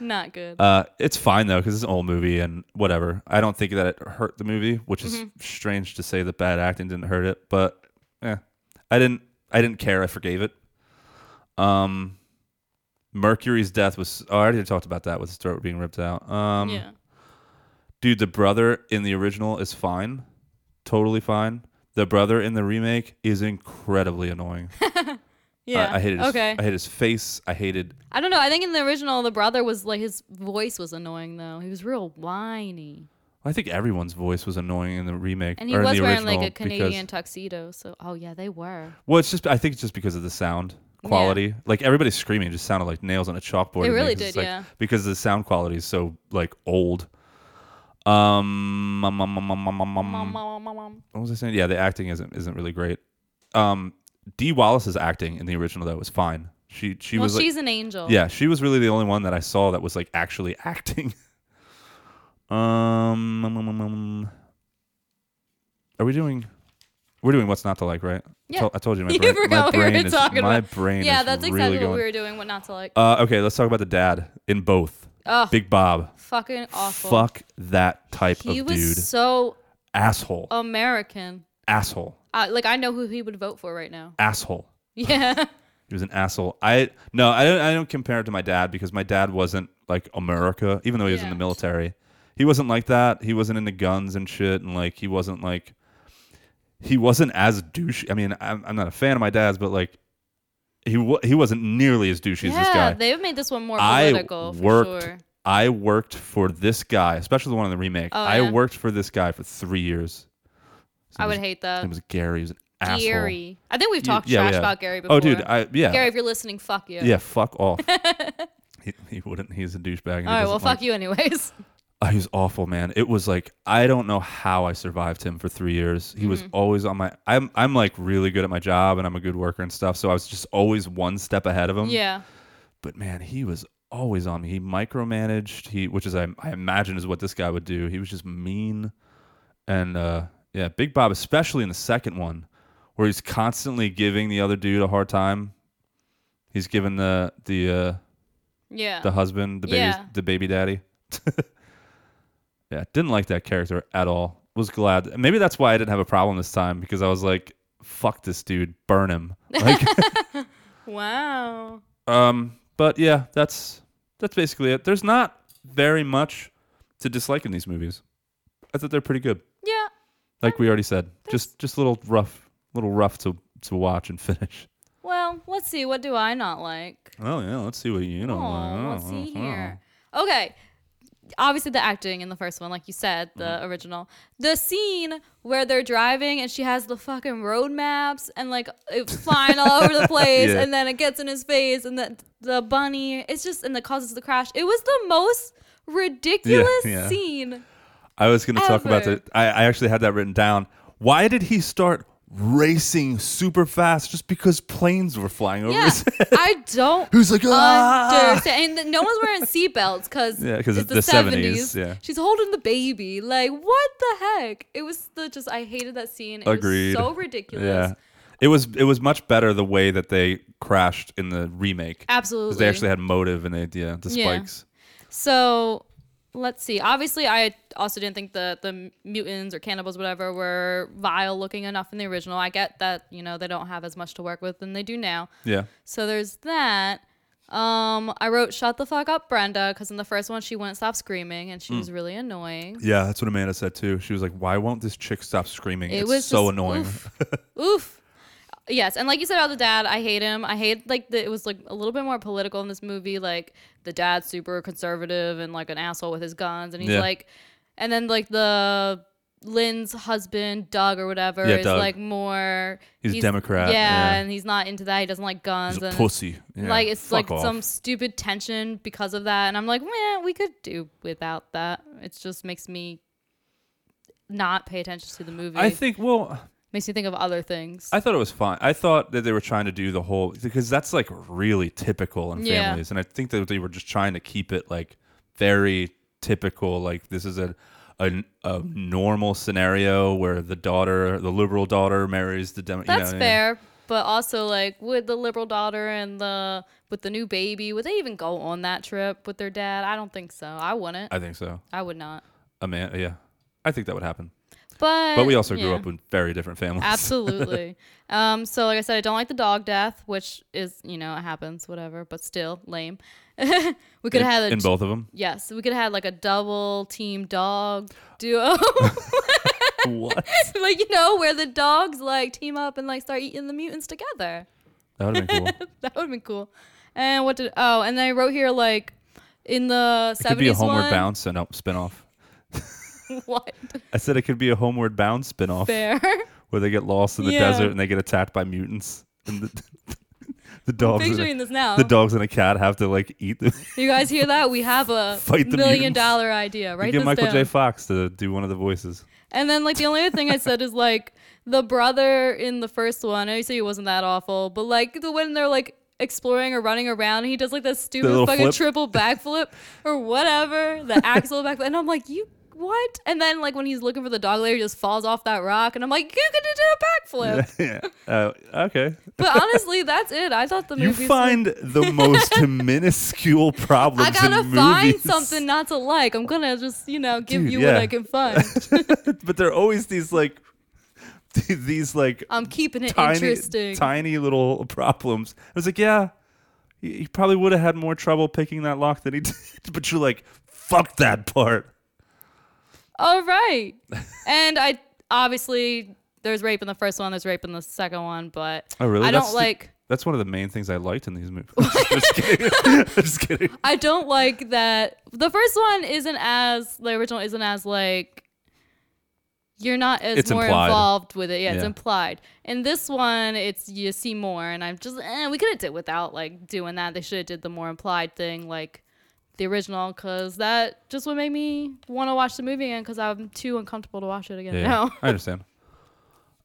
Not good. Uh, it's fine though because it's an old movie and whatever. I don't think that it hurt the movie, which is Mhm. strange to say that bad acting didn't hurt it, but yeah, I didn't. I didn't care. I forgave it. Um, Mercury's death was. Oh, I already talked about that with his throat being ripped out. Um, Yeah. Dude, the brother in the original is fine, totally fine. The brother in the remake is incredibly annoying. (laughs) yeah. I, I hated. His, okay. I hated his face. I hated I don't know. I think in the original, the brother was like his voice was annoying though. He was real whiny, I think everyone's voice was annoying in the remake and he or in was the wearing original like a because Canadian tuxedo. So oh yeah, they were. well, it's just I think it's just because of the sound quality. Like everybody screaming just sounded like nails on a chalkboard. It to me, really 'cause it's did, like- yeah. Because the sound quality is so like old. Um, um, um, um, um, um, um, um, what was I saying? Yeah, the acting isn't isn't really great. Um, Dee Wallace's acting in the original though was fine. She she Well, was like- she's an angel. Yeah, she was really the only one that I saw that was like actually (laughs) acting. um, um, um, um, um. are we doing? We're doing what's not to like, right? I, Yeah. tol- I told you my (laughs) You brain. forgot my what we were brain is, talking my about. brain. Yeah, is that's really exactly what going- we were doing, what not to like. Uh, okay, let's talk about the dad in both. Ugh. Big Bob. Fucking awful. Fuck that type He of was dude. so asshole. American. asshole. Uh, like I know who he would vote for right now. (laughs) Asshole. Yeah. He was an asshole. I no, I don't. I don't compare it to my dad because my dad wasn't like America, even though he was in the military. He wasn't like that. He wasn't into guns and shit, and like he wasn't like he wasn't as douche. I mean, I'm, I'm not a fan of my dad's, but like he wa- he wasn't nearly as douchey as this guy. yeah. They've made this one more I political for worked. sure. I worked for this guy, especially the one in the remake. Oh, I yeah? worked for this guy for three years. His I name would was- hate His that. name was Gary. He was an asshole. Gary. I think we've You- talked yeah, trash yeah. about Gary before. Oh, dude, I- yeah. Gary, if you're listening, fuck you. Yeah, fuck (laughs) off. he, he wouldn't. He's a douchebag. All and he right, well, doesn't like- fuck (laughs) you anyways. Oh, he was awful, man. It was like I don't know how I survived him for three years. He was Mhm. always on my. I'm I'm like really good at my job and I'm a good worker and stuff. So I was just always one step ahead of him. yeah. But man, he was always on me. He micromanaged. He, which is I, I imagine is what this guy would do. He was just mean, and uh, yeah, Big Bob, especially in the second one, where he's constantly giving the other dude a hard time. He's giving the the uh, Yeah. the husband the baby Yeah. the baby daddy. (laughs) yeah, didn't like that character at all. Was glad. Maybe that's why I didn't have a problem this time because I was like, "Fuck this dude, burn (laughs) him." Like, Wow. um, but yeah, that's that's basically it. There's not very much to dislike in these movies. I thought they're pretty good. Yeah. Like we already said, just just a little rough, little rough to to watch and (laughs) finish. Well, let's see. What do I not like? Oh yeah, let's see what you know. Oh, let's uh-huh. see here. Okay. Obviously, the acting in the first one, like you said, the Mm-hmm. original. The scene where they're driving and she has the fucking road maps and like it's (laughs) flying all over the place Yeah. and then it gets in his face and the, the bunny, it's just, and that causes the crash. It was the most ridiculous yeah. scene. I was going to talk about Ever. that. I, I actually had that written down. Why did he start racing super fast just because planes were flying over (laughs) Yeah. his (laughs) I don't Who's like, "Ah!" understand. And no one's wearing seatbelts because Yeah, 'cause it's it's the, the 70s. 70s, yeah. She's holding the baby. Like, what the heck? It was the just, I hated that scene. It Agreed. was so ridiculous. Yeah. It was it was much better the way that they crashed in the remake. 'Cause Absolutely. They actually had motive and they yeah, the Yeah. spikes. So let's see. Obviously, I also didn't think that the mutants or cannibals, whatever, were vile looking enough in the original. I get that, you know, they don't have as much to work with than they do now. Yeah. So there's that. Um, I wrote "Shut the fuck up, Brenda" because in the first one she wouldn't stop screaming and she Mm. was really annoying. Yeah, that's what Amanda said too. She was like, "Why won't this chick stop screaming? It it's was so just- annoying." (laughs) Oof. Yes, and like you said about the dad, I hate him. I hate like that it was like a little bit more political in this movie. Like the dad's super conservative and like an asshole with his guns, and he's Yeah. like, and then like the Lynn's husband Doug or whatever Yeah, is Doug. like more. He's Democrat, Yeah, yeah. and he's not into that. He doesn't like guns. He's a and pussy. Yeah, Like it's fuck like off. some stupid tension because of that, and I'm like, man, we could do without that. It just makes me not pay attention to the movie. I think. Well, makes me think of other things. I thought it was fine. I thought that they were trying to do the whole because that's like really typical in Yeah. families, and I think that they were just trying to keep it like very typical. Like this is a a, a normal scenario where the daughter, the liberal daughter, marries the Democrat. That's fair. But also, like, would the liberal daughter and the with the new baby, would they even go on that trip with their dad? I don't think so. I wouldn't. I think so. I would not. A man, yeah. I think that would happen. But But we also grew yeah. (laughs) up in very different families. Absolutely. um, so, like I said, I don't like the dog death, which is, you know, it happens, whatever, but still lame. (laughs) we could In- have had a in t- both of (laughs) 'em? Yes. We could have had like a double team dog duo. (laughs) what? like, you know, where the dogs like team up and like start eating the mutants together. That would have been cool. that would have been cool. And what did, oh, and then I wrote here like in the It 70s. could be a Homeward one- Bound spin- spinoff. what? I said it could be a Homeward Bound spinoff. (laughs) Fair. Where they get lost in the Yeah. desert and they get attacked by mutants. And the, (laughs) the dogs. and a- picturing this now. The dogs and a cat have to like eat them. You guys hear that? We have a (laughs) Fight the million mutants. dollar idea. Right? you (laughs) get this Michael down. J. Fox to do one of the (laughs) voices. And then like the only other thing I said is like the brother in the first one. I know you say he wasn't that awful, but like the when they're like exploring or running around, he does like this stupid little fucking flip. triple backflip or whatever, (laughs) the axle backflip, and I'm like you. What? And then, like, when he's looking for the dog later, he just falls off that rock. And I'm like, you could do a backflip. yeah. Uh, okay. But honestly, that's it. I thought the You movie. find (laughs) the most minuscule problems I gotta in find movies. something not to like. I'm gonna just, you know, give Dude, you what yeah. I (laughs) can find. (laughs) but there are always these like these like I'm keeping it tiny, Uh, interesting. tiny little problems. I was like, yeah, he, he probably would have had more trouble picking that lock than he (laughs) did. But you're like, fuck that part. All (laughs) Oh, right. and I obviously there's rape in the first one, there's rape in the second one, but Oh, really? I That's don't the- like That's one of the main things I liked in these movies. (laughs) just kidding. (laughs) just kidding. I don't like that the first one isn't as the original isn't as like you're not as It's more implied. involved with it. Yeah, it's Yeah. implied. In this one, it's you see more, and I'm just eh, we could have did without like doing that. They should have did the more implied thing, like the original, because that just would make me want to watch the movie again. Because I'm too uncomfortable to watch it again now. (laughs) I understand.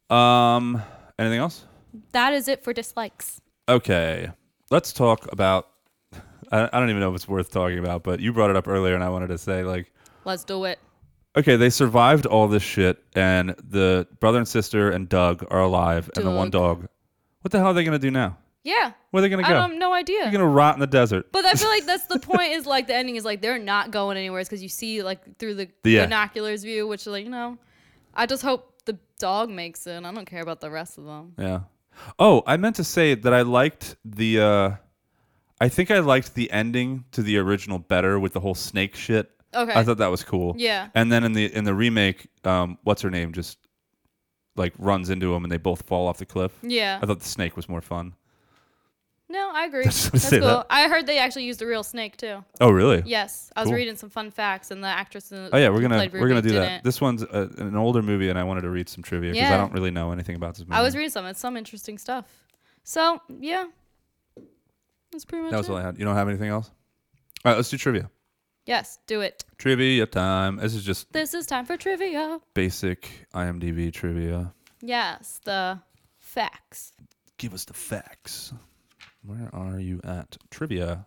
Um, anything else? that is it for dislikes. Okay, let's talk about. I, I don't even know if it's worth talking about, but you brought it up earlier, and I wanted to say like Let's do it. Okay, they survived all this shit, and the brother and sister and Doug are alive, and the one dog. What the hell are they gonna do now? Yeah. Where are they gonna I go? have no idea. They're gonna rot in the desert. (laughs) but I feel like that's the point. Is like the ending is like they're not going anywhere because you see like through the Yeah. binoculars view, which like you know, I just hope the dog makes it. and I don't care about the rest (laughs) of them. Yeah. Oh, I meant to say that I liked the. uh I think I liked the ending to the original better with the whole snake shit. Okay. I thought that was cool. Yeah. And then in the in the remake, um, what's her name just like runs into him and they both fall off the cliff. Yeah. I thought the snake was more fun. No, I agree. That's what (laughs) That's, I say cool. that- I heard they actually used a real snake too. Oh, really? Yes, I was Cool. reading some fun facts, and the actress. In Oh yeah, we're who gonna played we're gonna Ruby do didn't. that. This one's uh an older movie, and I wanted to read some trivia because I Yeah. don't really know anything about this movie. I was reading some. It's some interesting stuff. So yeah, that's pretty much that was it. all I had. You don't have anything else? All right, let's do trivia. Yes, do it. Trivia time. This is just This is time for trivia. basic IMDb trivia. Yes, the facts. Give us the facts. Where are you at trivia?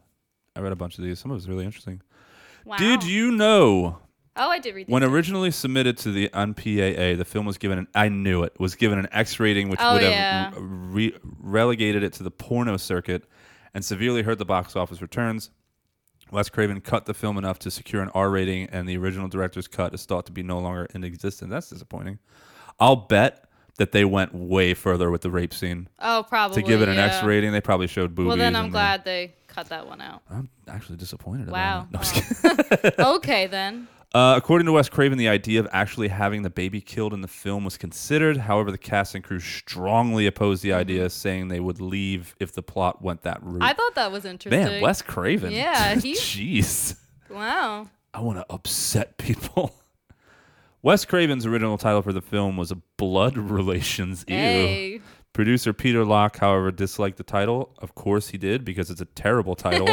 I read a bunch of these. Some of it's really interesting. Did Wow. you know Oh, I did read. When these. originally submitted to the UNPAA, the film was given an I knew it was given an X rating, which Oh, would have yeah. re- relegated it to the porno circuit, and severely hurt the box office returns. Wes Craven cut the film enough to secure an R rating, and the original director's cut is thought to be no longer in existence. That's disappointing. I'll bet that they went way further with the rape scene. Oh, probably, to give it an X yeah. rating, they probably showed boobies. well, then and I'm the- glad they cut that one out. I'm actually disappointed. Wow. About it. No, I'm (laughs) just okay, then. Uh, according to Wes Craven, the idea of actually having the baby killed in the film was considered. However, the cast and crew strongly opposed the idea, saying they would leave if the plot went that route. Mm-hmm. I thought that was (laughs) interesting. Man, Wes Craven. (laughs) Yeah, he- Jeez. Wow. I want to upset people. (laughs) Wes Craven's original title for the film was Blood Relations. Ew. Hey. Producer (laughs) Peter Locke, however, disliked the title. Of course he did, because it's a terrible title.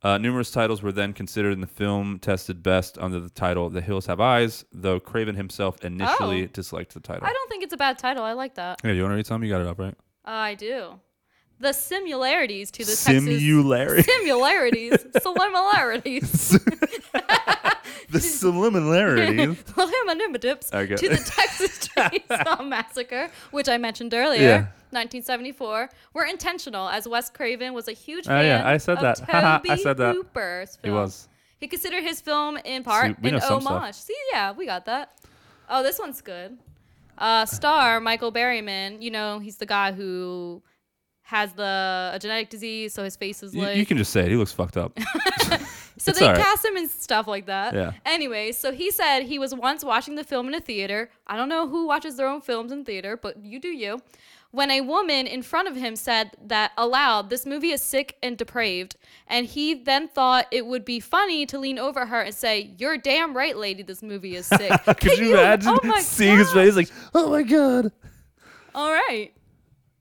Uh, numerous titles were then considered, and the film tested best under the title "The Hills Have Eyes," though Craven himself initially Oh. disliked the title. I don't think it's a bad title. I like that. Hey, do you want to read some? You got it up, right? I do. The similarities to the Simulari- Texas (laughs) (laughs) similarities, similarities, The (laughs) similarities. Eliminatives Okay. to the (laughs) Texas Chainsaw Massacre, which I mentioned earlier, Yeah. 1974, were intentional, as Wes Craven was a huge Oh, fan yeah, I said of that. (laughs) Haha, I Tobe said that. Hooper's He film. was. He considered his film in part we an know some stuff. homage. See, yeah, we got that. Oh, this one's good. Uh, star Michael Berryman. You know, he's the guy who has the a genetic disease, so his face is You, like. you can just say it. He looks fucked up. (laughs) so it's they all right. cast him and stuff like that. Yeah. Anyway, so he said he was once watching the film in a theater. I don't know who watches their own films in theater, but you do you. When a woman in front of him said that aloud, this movie is sick and depraved. And he then thought it would be funny to lean over her and say, You're damn right, lady, this movie (laughs) is sick. Could you, imagine oh (laughs) my seeing his face? Like, oh my god. All right.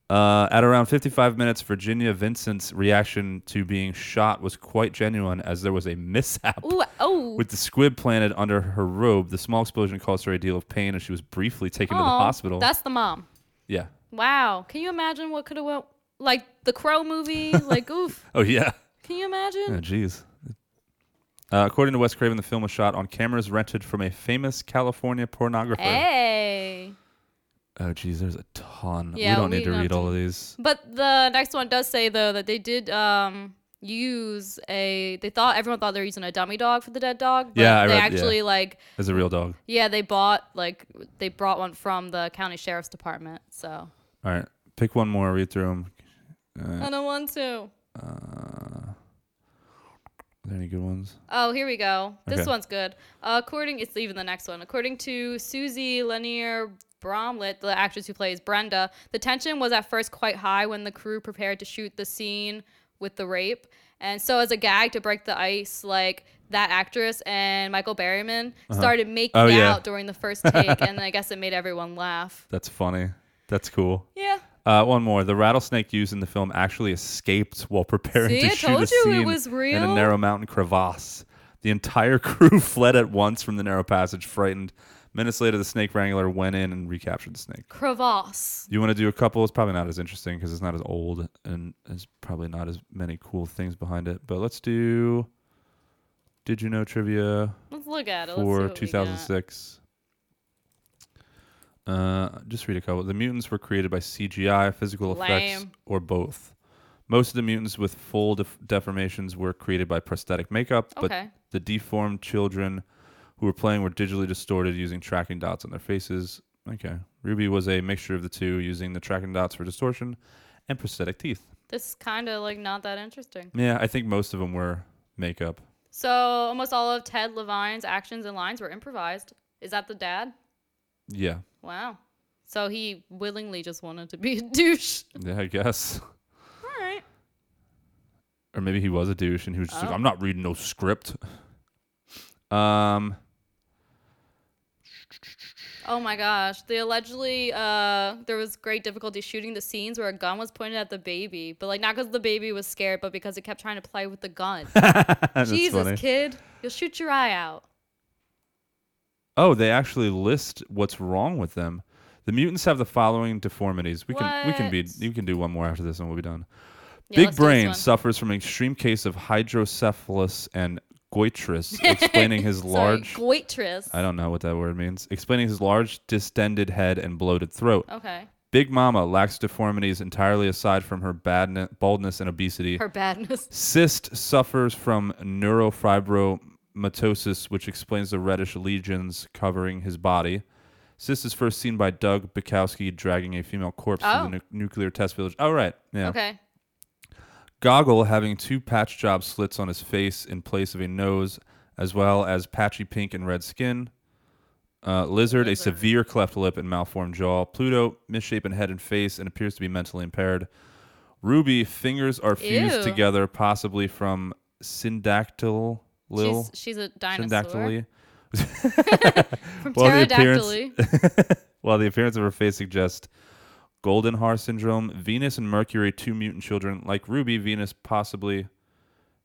Uh, at around 55 minutes, Virginia Vincent's reaction to being shot was quite genuine, as there was a mishap Ooh, oh. with the squib planted under her robe. The small explosion caused her a deal of pain, and she was briefly taken to the Aw, hospital. That's the mom. yeah. Wow. Can you imagine what could have went like the (laughs) Crow movie? like, oof. Oh (laughs) yeah. Can you imagine? Oh jeez. Uh, according to Wes Craven, the film was shot on cameras rented from a famous California pornographer. Eh? Hey. Oh jeez, there's a ton. Yeah, we don't we need to don't read have all of these. But the next one does say though that they did um use a they thought everyone thought they were using a dummy dog for the dead dog, but Yeah, I they read- yeah. actually like There's a real dog. yeah, they bought like they brought one from the county sheriff's department. So All right, pick one more. Read through them. I don't want to. Uh, are there any good ones? Oh, here we go. This Okay. one's good. according, it's even the next one. According to Susie Lanier Bromlett, the actress who plays Brenda, the tension was at first quite high when the crew prepared to shoot the scene with the rape. And so, as a gag to break the ice, like that actress and Michael Berryman Uh-huh. started making Oh, yeah. out during the (laughs) first take, and I guess it made everyone laugh. That's funny. That's cool. Yeah. Uh, one more. The rattlesnake used in the film actually escaped while preparing See, to I shoot a told you it scene was in a real. narrow mountain crevasse. The entire (laughs) crew fled at once from the narrow passage, frightened. Minutes later, the snake wrangler went in and recaptured the snake. Crevasse. You want to do a couple? It's probably not as interesting because it's not as old and there's probably not as many cool things behind it. But let's do. Did you know trivia? Let's look at it. Let's see for what we got. 2006. Uh, just read a couple. The mutants were created by CGI, physical effects, Lame. or both. Most of the mutants with full def- deformations were created by prosthetic makeup, but Okay. the deformed children who were playing were digitally distorted using tracking dots on their faces. Okay. Ruby was a mixture of the two, using the tracking dots for distortion and prosthetic teeth. This is kind of like not that interesting. Yeah, I think most of them were makeup. So almost all of Ted Levine's actions and lines were improvised. Is that the dad? Yeah. Wow. So he willingly just wanted to be a douche. Yeah, I guess. (laughs) All right. or maybe he was a douche and he was just like, Oh. I'm not reading no script. (laughs) Um, Oh my gosh. They allegedly uh there was great difficulty shooting the scenes where a gun was pointed at the baby, but like not because the baby was scared, but because it kept trying to play with the gun. (laughs) That's Jesus, funny. kid, you'll shoot your eye out. oh, they actually list what's wrong with them. The mutants have the following deformities. We can we can be you can do one more after this and we'll be done. Yeah, Big let's do this brain one. suffers from an extreme case of hydrocephalus and (laughs) goitrous, explaining his Sorry, large Uh, goitrous. I don't know what that word means. Explaining his large distended head and bloated throat. Okay. Big Mama lacks deformities entirely aside from her badne- baldness and obesity. Her badness. Cyst suffers from neurofibromatosis, which explains the reddish legions covering his body. Cyst is first seen by Doug Bukowski dragging a female corpse Oh. through the nu- nuclear test village. Oh, right. Yeah. Okay. Goggle having two patch job slits on his face in place of a nose, as well as patchy pink and red skin. Uh, lizard, a severe cleft lip and malformed jaw. Pluto, misshapen head and face, and appears to be mentally impaired. Ruby, fingers are fused Ew. together, possibly from syndactyl. She's she's a dinosaur. Syndactyly. From While the appearance- (laughs) pterodactyly. While the appearance of her face suggests golden heart syndrome, Venus and Mercury, two mutant children like Ruby, Venus possibly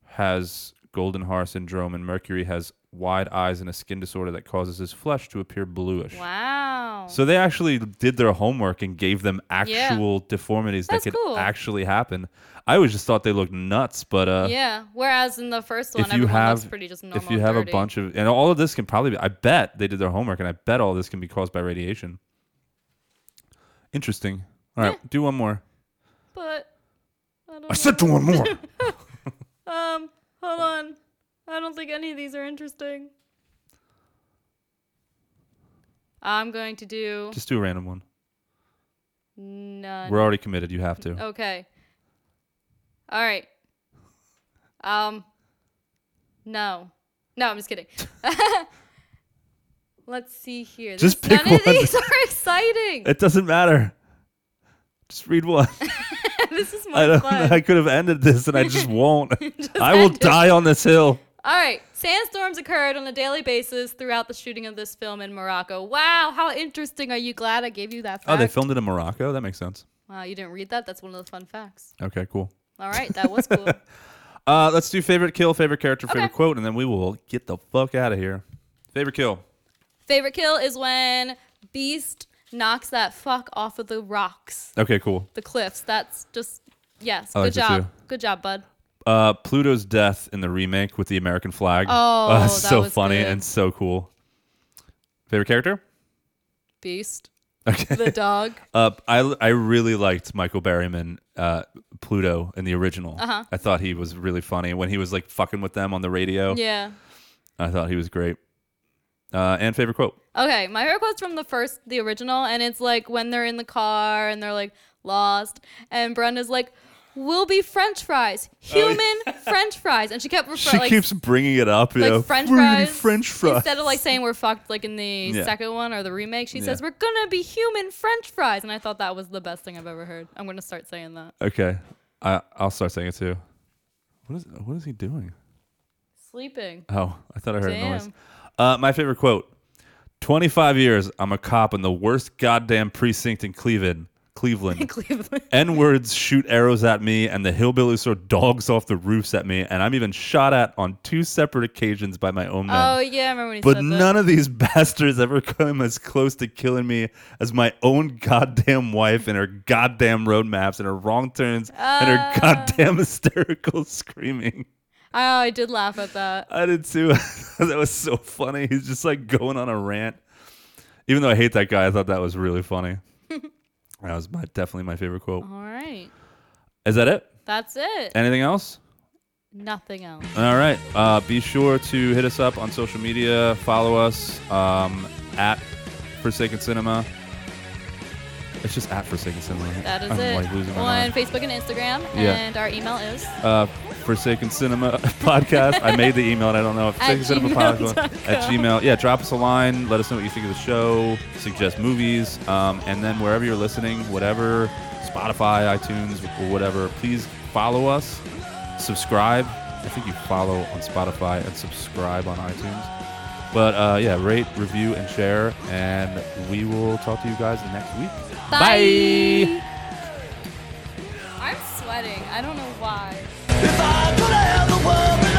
has golden Haar syndrome, and Mercury has wide eyes and a skin disorder that causes his flesh to appear bluish. Wow. So they actually did their homework and gave them actual deformities That's that could cool. actually happen. I always just thought they looked nuts, but (laughs) uh, yeah. Whereas in the first one, if you everyone have looks pretty just normal. if you have and dirty. a bunch of and all of this can probably be, I bet they did their homework and I bet all this can be caused by radiation. Interesting. All right, do one more. but I, don't (laughs) I said do one more. um, hold on. I don't think any of these are interesting. I'm going to do Just do a random (laughs) one. none. We're already committed. You have to. Okay. All right. Um. No. No, I'm (laughs) just kidding. (laughs) Let's see here. Just This- pick none of one. these (laughs) are exciting. It doesn't matter. Just read one. (laughs) this (laughs) is more I don't. fun. I could have ended this, and I (laughs) just won't. Just I will end it. die on this hill. All right. Sandstorms occurred on a daily basis throughout the shooting of this film in Morocco. Wow, how interesting. Are you glad I gave you that fact? Oh, they filmed it in Morocco. That makes sense. Wow, you didn't read that? That's one of the fun facts. Okay, cool. All right, that (laughs) was cool. Uh, let's do favorite kill, favorite character, favorite quote, and then we will get the fuck out of here. Favorite kill. Favorite kill is when Beast knocks that fuck off of the rocks, Okay, cool. the cliffs. That's just, yes, I good like that job. too. Good job, bud. Uh, Pluto's death in the remake with the American flag. Oh, (laughs) Uh, that so was funny good. and so cool. Favorite character? (laughs) Beast. Okay. The dog. Uh, I I really liked Michael Berryman, uh, Pluto in the original. Uh-huh. I thought he was really funny when he was like fucking with them on the radio. Yeah. I thought he was great. Uh, and favorite quote. Okay, my favorite quote's from the first, the original, and it's like when they're in the car and they're like lost, and Brenda's like, "We'll be French fries, Oh, human French fries," and (laughs) she kept referring like, bringing it up. like French fries, French instead of like saying we're fucked like in the Yeah. second one or the remake. She says Yeah. we're gonna be human French fries, and I thought that was the best thing I've ever heard. I'm gonna start saying that. Okay, I I'll start saying it too. What is what is he doing? (laughs) Sleeping. Oh, I thought I heard a noise. Damn. Uh, my favorite quote: "25 years, I'm a cop in the worst goddamn precinct in Cleveland." Cleveland. (laughs) Cleveland. N words shoot arrows at me, and the hillbillies throw dogs off the roofs at me, and I'm even shot at on two separate occasions by my own men. Oh yeah, I remember when he But said none that. of these (laughs) bastards ever come as close to killing me as my own goddamn wife and her goddamn road maps and her wrong turns and Ah. her goddamn (laughs) hysterical screaming. Oh, I did laugh at that. I did too. (laughs) that was so funny. He's just like going on a rant. Even though I hate that guy, I thought that was really (laughs) funny. that was my, definitely my favorite quote. All right, Is that it? that's it. Anything else? Nothing else. All right. Uh, be sure to hit us up on social media. Follow us um, at Forsaken Cinema. It's just at Forsaken Cinema. That is I'm, it. Like losing my on mind. Facebook and Instagram, Yeah. and our email is Uh, Forsaken Cinema (laughs) podcast. I made the email and I don't know if At Forsaken Cinema podcast gmail.com. at Gmail. Yeah, drop us a line. Let us know what you think of the show. Suggest movies, um, and then wherever you're listening, whatever Spotify, iTunes, or whatever, please follow us. Subscribe. I think you follow on Spotify and subscribe on iTunes. But uh, yeah, rate, review, and share. And we will talk to you guys next week. Bye. I'm sweating. I don't know why. If I could have the world